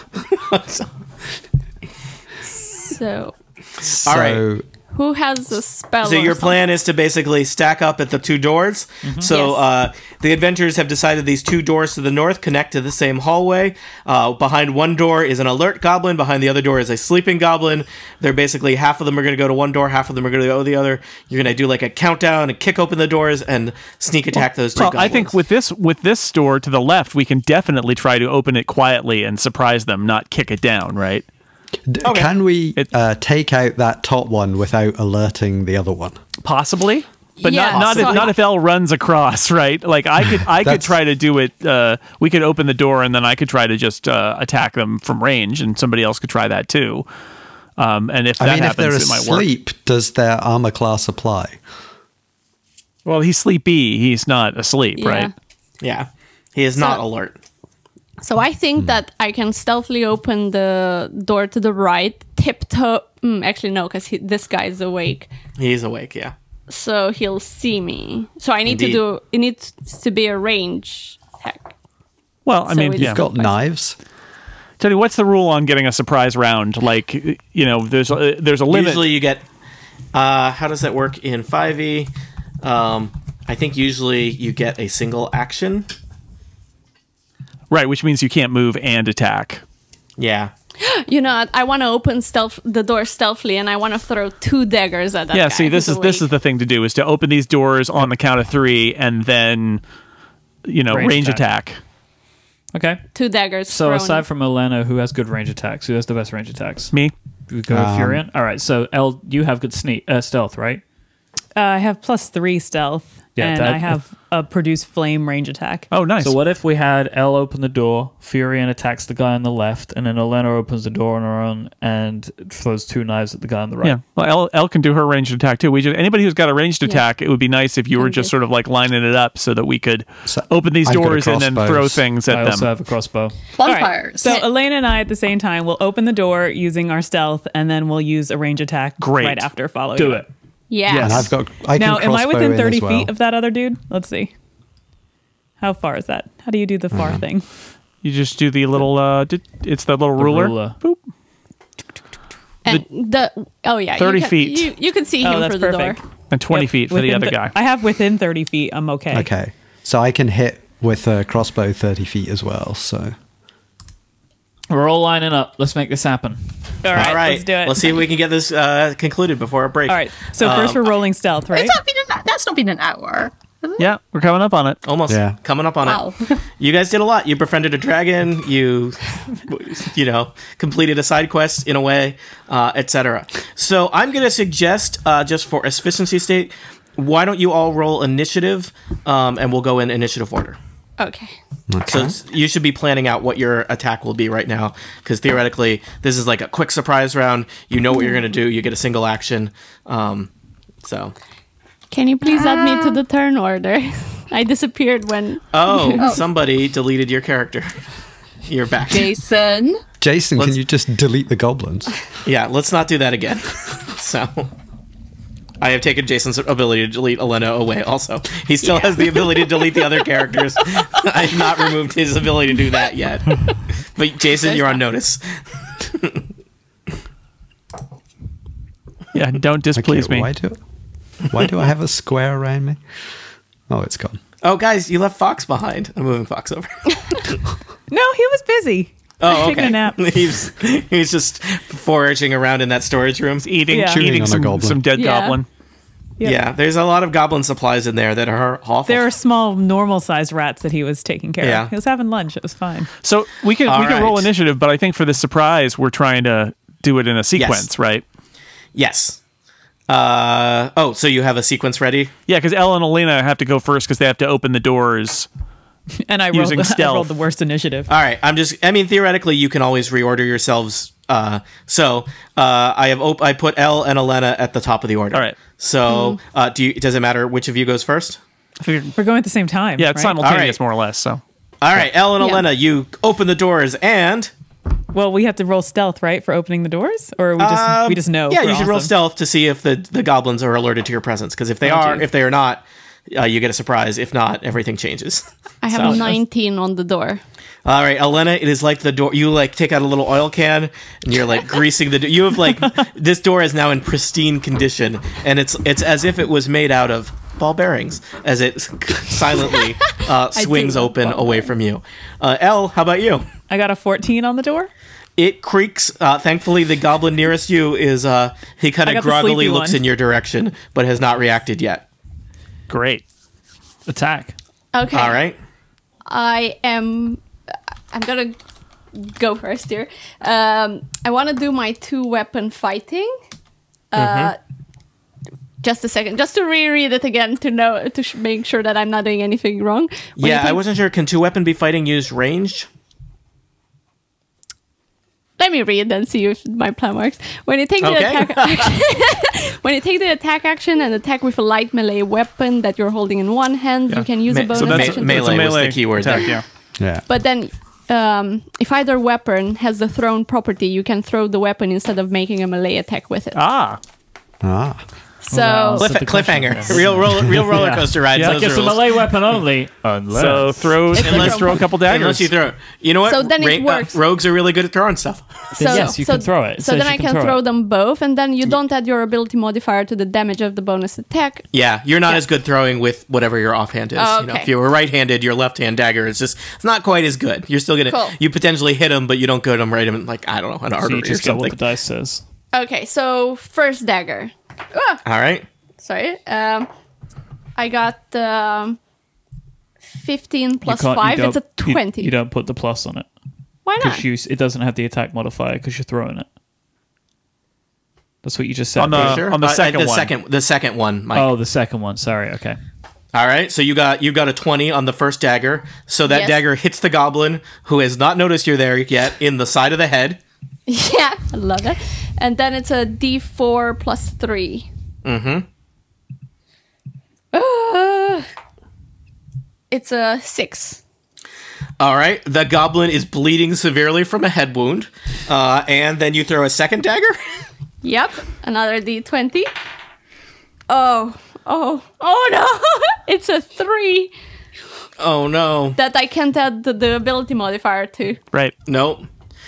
Speaker 4: So
Speaker 5: So,
Speaker 1: All right.
Speaker 4: who has a spell?
Speaker 1: So
Speaker 4: or
Speaker 1: your
Speaker 4: something?
Speaker 1: plan is to basically stack up at the two doors.
Speaker 7: Mm-hmm.
Speaker 1: So
Speaker 4: Yes.
Speaker 1: uh, the adventurers have decided these two doors to the north connect to the same hallway. Uh, behind one door is an alert goblin. Behind the other door is a sleeping goblin. They're basically half of them are going to go to one door, half of them are going to go to the other. You're going to do like a countdown and kick open the doors and sneak attack those two.
Speaker 7: Well, I
Speaker 1: goblins.
Speaker 7: think with this with this door to the left, we can definitely try to open it quietly and surprise them, not kick it down, right?
Speaker 5: d- Can we
Speaker 7: It-
Speaker 5: uh, take out that top one without alerting the other one?
Speaker 7: Possibly, but
Speaker 4: Yeah,
Speaker 7: not not
Speaker 4: so-
Speaker 7: if not if L runs across, right? Like I could I could
Speaker 5: That's-
Speaker 7: try to do it. Uh, we could open the door and then I could try to just uh, attack them from range, and somebody else could try that too. Um, and if that
Speaker 5: I mean, if
Speaker 7: happens,
Speaker 5: they're
Speaker 7: it might work.
Speaker 5: asleep, does their armor class apply?
Speaker 7: Well, he's sleepy. He's not asleep,
Speaker 4: Yeah.
Speaker 7: right?
Speaker 1: yeah, he is not
Speaker 4: So-
Speaker 1: alert.
Speaker 4: So I
Speaker 7: Hmm.
Speaker 4: think that I can stealthily open the door to the right, tiptoe. Mm, actually, no, because this guy's awake,
Speaker 1: He's awake. Yeah.
Speaker 4: so he'll see me. So I need
Speaker 1: Indeed.
Speaker 4: to do. It needs to be a range attack.
Speaker 7: Well, I
Speaker 4: So
Speaker 7: mean,
Speaker 4: it's-
Speaker 7: yeah.
Speaker 5: You've got knives.
Speaker 7: Tony, what's the rule on getting a surprise round? Like, you know, there's a, there's a limit.
Speaker 1: Usually you get. Uh, how does that work in 5e? Um, I think usually you get a single action.
Speaker 7: Right, which means you can't move and attack.
Speaker 1: Yeah.
Speaker 4: You know, I, I want to open stealth the door stealthily, and I want to throw two daggers at that.
Speaker 7: yeah,
Speaker 4: guy
Speaker 7: see this
Speaker 4: who's
Speaker 7: is this is
Speaker 4: awake.
Speaker 7: the thing to do is to open these doors on the count of 3 and then you know, range,
Speaker 2: Range
Speaker 7: attack.
Speaker 2: attack. Okay.
Speaker 4: two daggers.
Speaker 2: So
Speaker 4: thrown.
Speaker 2: aside from Elena, who has good range attacks? Who has the best range attacks?
Speaker 7: Me?
Speaker 2: We go with Furion. All right. So El, you have good sneak uh, stealth, right?
Speaker 3: Uh, I have plus three stealth,
Speaker 2: Yeah,
Speaker 3: and
Speaker 2: that-
Speaker 3: I have a produce flame range attack.
Speaker 7: Oh, nice.
Speaker 2: So what if we had Elle open the door, Furion attacks the guy on the left, and then Elena opens the door on her own and throws two knives at the guy on the right?
Speaker 7: Yeah. Well, Elle, Elle can do her ranged attack too. We just anybody who's got a ranged attack, it would be nice if you were just sort of like lining it up so that we could
Speaker 5: So,
Speaker 7: open these
Speaker 5: I've got a
Speaker 7: doors and then
Speaker 5: crossbow.
Speaker 7: throw things at
Speaker 2: I
Speaker 7: them.
Speaker 2: also have a crossbow.
Speaker 3: All right,
Speaker 6: Bonfires.
Speaker 3: So Elena and I at the same time will open the door using our stealth, and then we'll use a range attack
Speaker 7: Great.
Speaker 3: right after following.
Speaker 2: Do it.
Speaker 4: Yeah.
Speaker 5: And I've got. I
Speaker 3: Now,
Speaker 5: can
Speaker 3: am I
Speaker 5: crossbow
Speaker 3: within
Speaker 5: in as
Speaker 3: 30
Speaker 5: well.
Speaker 3: feet of that other dude? Let's see. How far is that? How do you do the
Speaker 5: Mm-hmm.
Speaker 3: far thing?
Speaker 7: you just do the little uh di- it's the little
Speaker 2: The
Speaker 7: ruler.
Speaker 2: ruler.
Speaker 7: Boop.
Speaker 4: And the, oh yeah,
Speaker 7: 30
Speaker 4: you can,
Speaker 7: feet.
Speaker 4: You, you can see
Speaker 3: Oh,
Speaker 4: him
Speaker 3: that's
Speaker 4: through the
Speaker 3: perfect.
Speaker 4: door.
Speaker 7: And 20 feet for the
Speaker 3: Within
Speaker 7: other
Speaker 3: th-
Speaker 7: guy.
Speaker 3: I have within 30 feet. I'm okay.
Speaker 5: Okay, so I can hit with a crossbow thirty feet as well. So
Speaker 2: We're all lining up. Let's make this happen.
Speaker 3: All right, Let's do it.
Speaker 1: see if we can get this uh, concluded before a break. Um,
Speaker 3: All right. So first we're rolling stealth, right?
Speaker 6: It's not been an, that's not been an hour.
Speaker 7: yeah, we're coming up on it.
Speaker 1: Almost
Speaker 5: Yeah.
Speaker 1: coming up on
Speaker 6: Wow.
Speaker 1: it. You guys did a lot. You befriended a dragon. You, you know, completed a side quest in a way, uh, etc. So I'm going to suggest, uh, just for efficiency sake, why don't you all roll initiative, um, and we'll go in initiative order.
Speaker 4: Okay.
Speaker 1: So it's- you should be planning out what your attack will be right now, because theoretically this is like a quick surprise round. You know what you're going to do. You get a single action. Um, so
Speaker 4: Can you please add me to the turn order? I disappeared when.
Speaker 1: oh, somebody deleted your character. You're back.
Speaker 6: Jason.
Speaker 5: Jason,
Speaker 1: Let's-
Speaker 5: can you just delete the goblins?
Speaker 1: Yeah, let's not do that again. so I have taken Jason's ability to delete Elena away also. He still has the ability to delete the other characters. I've not removed his ability to do that yet. But Jason, you're on notice.
Speaker 7: Yeah, don't displease
Speaker 5: Okay,
Speaker 7: me.
Speaker 5: Why do, why do I have a square around me? Oh, it's gone.
Speaker 1: Oh guys, you left Fox behind. I'm moving Fox over.
Speaker 3: No, he was busy.
Speaker 1: Oh,
Speaker 3: Taking a nap.
Speaker 1: he's he's just foraging around in that storage room.
Speaker 7: Eating,
Speaker 3: Yeah.
Speaker 5: Chewing
Speaker 7: eating
Speaker 5: on a
Speaker 7: some,
Speaker 5: goblin.
Speaker 7: some dead
Speaker 4: Yeah.
Speaker 7: goblin.
Speaker 1: Yeah. there's a lot of goblin supplies in there that are awful.
Speaker 3: There are small, normal sized rats that he was taking care
Speaker 1: Yeah.
Speaker 3: of. He was having lunch. It was fine.
Speaker 7: So we can
Speaker 1: All
Speaker 7: we can roll
Speaker 1: right.
Speaker 7: initiative, but I think for the surprise, we're trying to do it in a sequence, right?
Speaker 1: yes. Uh, oh, so you have a sequence ready?
Speaker 7: Yeah, because Elle and Elena have to go first because they have to open the doors.
Speaker 3: And I rolled,
Speaker 7: Using
Speaker 3: the, I
Speaker 7: stealth.
Speaker 3: rolled the worst initiative.
Speaker 1: All right, I'm just. I mean, theoretically, you can always reorder yourselves. Uh, so uh, I have. Op- I put L and Elena at the top of the order.
Speaker 7: All right.
Speaker 1: So uh, do you, does it matter which of you goes first?
Speaker 7: I figured-
Speaker 3: We're going at the same time.
Speaker 7: yeah, it's
Speaker 3: right?
Speaker 7: simultaneous
Speaker 1: Alright.
Speaker 7: more or less. So
Speaker 1: All right, L and
Speaker 4: Yeah.
Speaker 1: Elena, you open the doors and
Speaker 3: Well, we have to roll stealth, right, for opening the doors, or we just
Speaker 1: um,
Speaker 3: we just know.
Speaker 1: Yeah,
Speaker 3: we're
Speaker 1: you should roll
Speaker 3: awesome?
Speaker 1: stealth to see if the the goblins are alerted to your presence. Because if they
Speaker 3: Oh,
Speaker 1: are,
Speaker 3: geez.
Speaker 1: if they are not, uh, you get a surprise. If not, everything changes.
Speaker 4: I have
Speaker 1: Solid.
Speaker 4: 19 on the door.
Speaker 1: All right, Elena, it is like the door. You like take out a little oil can and you're like greasing the. Do- you have like this door is now in pristine condition, and it's it's as if it was made out of ball bearings as it silently uh, swings
Speaker 4: love
Speaker 1: open
Speaker 4: ball
Speaker 1: away from you. Uh, L, how about you?
Speaker 3: I got a 14 on the door.
Speaker 1: It creaks. Uh, thankfully, the goblin nearest you is uh, he kind
Speaker 3: I
Speaker 1: of
Speaker 3: got the
Speaker 1: groggily
Speaker 3: sleepy
Speaker 1: looks
Speaker 3: one.
Speaker 1: in your direction, but has not reacted yet.
Speaker 7: great.
Speaker 2: Attack.
Speaker 4: Okay.
Speaker 1: All right.
Speaker 4: I am. I'm gonna go first here. Um, I want to do my two weapon fighting.
Speaker 1: Mm-hmm.
Speaker 4: Uh, Just a second, just to reread it again to know to sh- make sure that I'm not doing anything wrong. When you
Speaker 1: yeah, I
Speaker 4: take-
Speaker 1: wasn't sure. Can two weapon be fighting used ranged?
Speaker 4: Let me read and see if my plan works. When you take the
Speaker 1: Okay.
Speaker 4: attack action, when you take the attack action and attack with a light melee weapon that you're holding in one hand, you can use
Speaker 1: Me-
Speaker 4: a
Speaker 1: so
Speaker 4: bonus
Speaker 7: So that's,
Speaker 1: Me-
Speaker 4: action. to
Speaker 7: that's
Speaker 1: melee
Speaker 7: a
Speaker 1: was
Speaker 7: melee
Speaker 1: the key word
Speaker 7: attack,
Speaker 1: there.
Speaker 7: Yeah.
Speaker 5: Yeah.
Speaker 4: But then, um, if either weapon has the thrown property, you can throw the weapon instead of making a melee attack with it.
Speaker 7: Ah,
Speaker 5: ah.
Speaker 4: so,
Speaker 2: Wow.
Speaker 1: Cliff-
Speaker 2: Set the question,
Speaker 1: cliffhanger. Real roller, real roller coaster ride.
Speaker 7: Yeah,
Speaker 1: those
Speaker 2: Like it's a
Speaker 1: rules.
Speaker 2: melee weapon only. Unless.
Speaker 7: so throw
Speaker 1: Unless-
Speaker 7: unless throw a couple daggers.
Speaker 1: Unless you throw it. You know what?
Speaker 4: So then it
Speaker 1: uh,
Speaker 4: works.
Speaker 1: rogues are really good at throwing stuff.
Speaker 4: so
Speaker 2: yes, you
Speaker 4: so-
Speaker 2: can throw it. It
Speaker 4: So
Speaker 2: says
Speaker 4: then
Speaker 2: you
Speaker 4: I
Speaker 2: can
Speaker 4: can
Speaker 2: throw
Speaker 4: throw,
Speaker 2: it.
Speaker 4: them both, and then you don't add your ability modifier to the damage of the bonus attack.
Speaker 1: Yeah, you're not as good throwing with whatever your offhand is.
Speaker 4: Oh,
Speaker 1: You know,
Speaker 4: okay.
Speaker 1: if you were right-handed, your left-hand dagger is just it's not quite as good. You're still gonna
Speaker 4: Cool.
Speaker 1: you potentially hit him, but you don't go to him right in like I don't know an
Speaker 2: So
Speaker 1: artery
Speaker 2: you
Speaker 1: or
Speaker 2: just get what
Speaker 1: something.
Speaker 2: the dice says.
Speaker 4: Okay, so first dagger. Ah,
Speaker 1: All right,
Speaker 4: sorry, um, I got um, fifteen plus
Speaker 2: you can't- you
Speaker 4: five. It's a
Speaker 2: don't- you-
Speaker 4: twenty. Ah.
Speaker 2: You, don't put the plus on it
Speaker 4: Why not?
Speaker 2: because you it doesn't have the attack modifier because you're throwing it. That's what you just said.
Speaker 7: On the-
Speaker 1: sure.
Speaker 7: on the
Speaker 1: Uh,
Speaker 7: second
Speaker 1: the
Speaker 7: one. Oh.
Speaker 1: second, the second one, Mike.
Speaker 2: oh, the second one. Sorry. Okay.
Speaker 1: All right, so you got you got a twenty on the first dagger. So that
Speaker 4: Yes.
Speaker 1: dagger hits the goblin who has not noticed you're there yet in the side of the head.
Speaker 4: Yeah, I love it. And then it's a D4 plus three. Mm-hmm. it's a six.
Speaker 1: All right, the goblin is bleeding severely from a head wound, uh, and then you throw a second dagger.
Speaker 4: Yep, another D20. Oh, oh, oh no! it's a three
Speaker 1: Oh no,
Speaker 4: that I can't add the, the ability modifier to.
Speaker 7: Right.
Speaker 1: nope.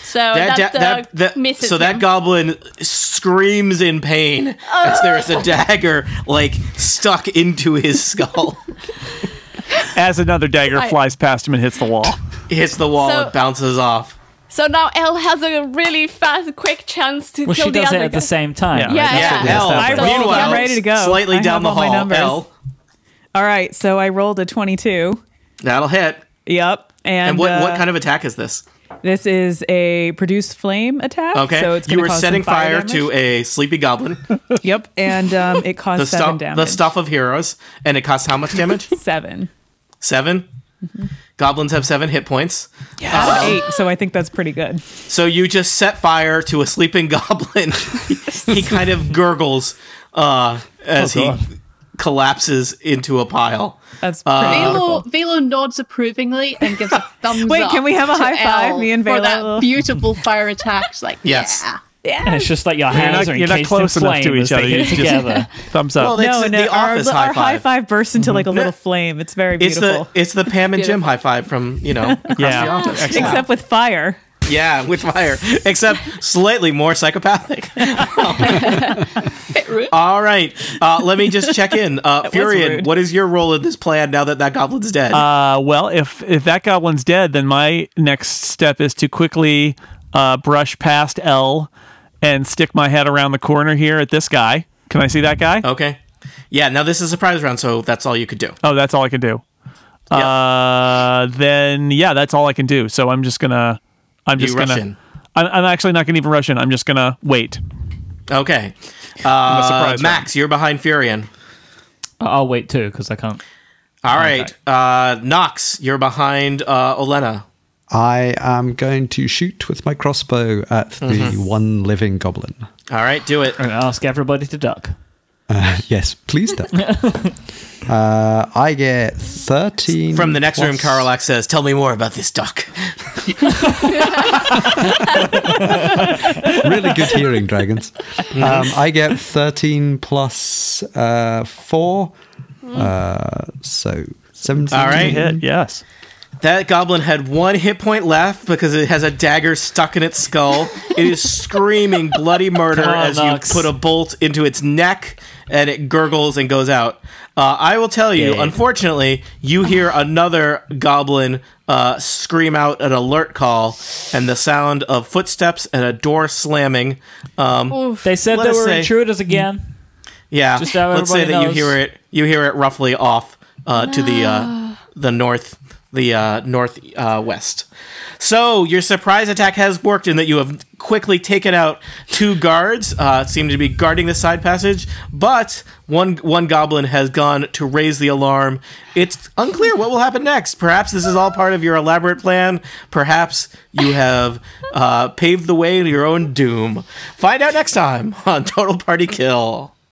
Speaker 4: So
Speaker 1: That,
Speaker 4: that,
Speaker 1: da-
Speaker 4: uh,
Speaker 1: that, that-
Speaker 4: misses.
Speaker 1: so that
Speaker 4: him. Oh.
Speaker 1: goblin screams in pain as there is a dagger like stuck into his skull.
Speaker 7: As another dagger
Speaker 4: I-
Speaker 7: flies past him and hits the wall.
Speaker 1: It hits the wall,
Speaker 4: So-
Speaker 1: it bounces off.
Speaker 4: So now Elle has a really fast, quick chance to
Speaker 2: Well,
Speaker 4: kill
Speaker 2: she
Speaker 4: the
Speaker 2: does it
Speaker 4: other
Speaker 2: at the
Speaker 4: guy.
Speaker 2: same time.
Speaker 7: Yeah.
Speaker 2: right?
Speaker 4: Yeah,
Speaker 2: That's
Speaker 4: yeah.
Speaker 2: what
Speaker 1: L.
Speaker 2: we
Speaker 4: Elle,
Speaker 2: established.
Speaker 3: I rolled-
Speaker 1: Meanwhile,
Speaker 3: I'm ready to go.
Speaker 1: slightly
Speaker 3: I
Speaker 1: down
Speaker 3: have
Speaker 1: the
Speaker 3: all my
Speaker 1: hall.
Speaker 3: numbers.
Speaker 1: L.
Speaker 3: All right, so I rolled a 22.
Speaker 1: That'll hit.
Speaker 3: Yep. And, uh,
Speaker 1: And what, what kind of attack is this?
Speaker 3: of this is a produce flame attack.
Speaker 1: Okay,
Speaker 3: So it's
Speaker 1: you
Speaker 3: gonna
Speaker 1: were
Speaker 3: cause
Speaker 1: setting
Speaker 3: some
Speaker 1: fire,
Speaker 3: fire,
Speaker 1: to a sleepy goblin,
Speaker 3: it. Yep, and um, it caused
Speaker 1: the
Speaker 3: seven
Speaker 1: stuff,
Speaker 3: damage.
Speaker 1: the stuff of heroes, and it costs how much damage?
Speaker 3: Seven.
Speaker 1: 7
Speaker 3: Mm-hmm.
Speaker 1: Goblins have seven hit points.
Speaker 3: Out of eight, so I think that's pretty good.
Speaker 1: So you just set fire to a sleeping goblin. he kind of gurgles uh, as
Speaker 2: God.
Speaker 1: he collapses into a pile.
Speaker 3: That's
Speaker 1: Uh,
Speaker 3: pretty
Speaker 6: Velo,
Speaker 3: wonderful.
Speaker 6: Velo nods approvingly and gives a thumbs
Speaker 3: Wait,
Speaker 6: up.
Speaker 3: can we have a
Speaker 6: to
Speaker 3: high five,
Speaker 6: Elle
Speaker 3: me and
Speaker 6: for
Speaker 3: Velo?
Speaker 6: that beautiful fire attack? She's like,
Speaker 1: Yes.
Speaker 6: yeah.
Speaker 2: And it's just like your
Speaker 7: not-
Speaker 2: hands are
Speaker 7: you're not
Speaker 2: encased
Speaker 7: close
Speaker 2: in
Speaker 7: enough
Speaker 2: flame
Speaker 7: to each
Speaker 2: as they
Speaker 7: other.
Speaker 2: get
Speaker 7: You just-
Speaker 2: together.
Speaker 7: Thumbs up.
Speaker 1: Well, it's
Speaker 3: No,
Speaker 1: the,
Speaker 3: no,
Speaker 1: the
Speaker 3: our,
Speaker 1: office
Speaker 3: our
Speaker 1: high five. Mm-hmm.
Speaker 3: bursts into like a little flame. It's very
Speaker 1: It's
Speaker 3: beautiful.
Speaker 1: the it's the Pam and Jim high five from you know across the
Speaker 7: yeah.
Speaker 1: office.
Speaker 7: Excellent.
Speaker 3: Except with fire.
Speaker 1: Yeah, with fire, except slightly more psychopathic. All right, uh, let me just check in. Uh, Furion,
Speaker 3: rude.
Speaker 1: what is your role in this plan now that that goblin's dead?
Speaker 7: Uh, well, if if that goblin's dead, then my next step is to quickly uh, brush past L and stick my head around the corner here at this guy. Can I see that guy?
Speaker 1: okay, yeah. Now this is a surprise round, so that's all you could do.
Speaker 7: Oh, that's all I can do.
Speaker 1: Yeah.
Speaker 7: Uh, then yeah, that's all I can do. So I'm just gonna, I'm
Speaker 1: You
Speaker 7: just
Speaker 1: rush
Speaker 7: gonna,
Speaker 1: in.
Speaker 7: I'm, I'm actually not gonna even rush in. I'm just gonna wait.
Speaker 1: Okay, uh,
Speaker 7: surprise
Speaker 1: Max, you're behind Furion.
Speaker 2: I'll wait too because I can't.
Speaker 1: All right, uh, Nox, you're behind uh, Olena.
Speaker 5: I am going to shoot with my crossbow at the
Speaker 1: Mm-hmm.
Speaker 5: one living goblin.
Speaker 1: All right, do
Speaker 7: Uh,
Speaker 1: it.
Speaker 2: I'm gonna ask everybody to duck.
Speaker 5: Yes, please do. uh, I get 13.
Speaker 1: From the next room,
Speaker 5: plus-
Speaker 1: Karlak says, "Tell me more about this duck."
Speaker 5: really good hearing, dragons. Um, I get 13 plus uh, 4. Uh, so 17.
Speaker 1: All right.
Speaker 7: Hit yes.
Speaker 1: That goblin had one hit point left because it has a dagger stuck in its skull. It is screaming bloody murder
Speaker 2: Come on,
Speaker 1: as you
Speaker 2: Nox.
Speaker 1: put a bolt into its neck and it gurgles and goes out. Uh, I will tell you,
Speaker 2: Dead.
Speaker 1: unfortunately, you hear another goblin uh, scream out an alert call and the sound of footsteps and a door slamming. Um,
Speaker 2: They said
Speaker 1: Let
Speaker 2: they
Speaker 1: us
Speaker 2: were
Speaker 1: say-
Speaker 2: intruders again.
Speaker 1: yeah,
Speaker 2: Just so
Speaker 1: let's say that
Speaker 2: everybody
Speaker 1: you hear
Speaker 2: knows.
Speaker 1: it. You hear it roughly off uh, to the uh, the north, the uh, north uh, west. So your surprise attack has worked in that you have quickly taken out two guards. Uh, seem to be guarding the side passage, but one one goblin has gone to raise the alarm. It's unclear what will happen next. Perhaps this is all part of your elaborate plan. Perhaps you have uh, paved the way to your own doom. Find out next time on Total Party Kill.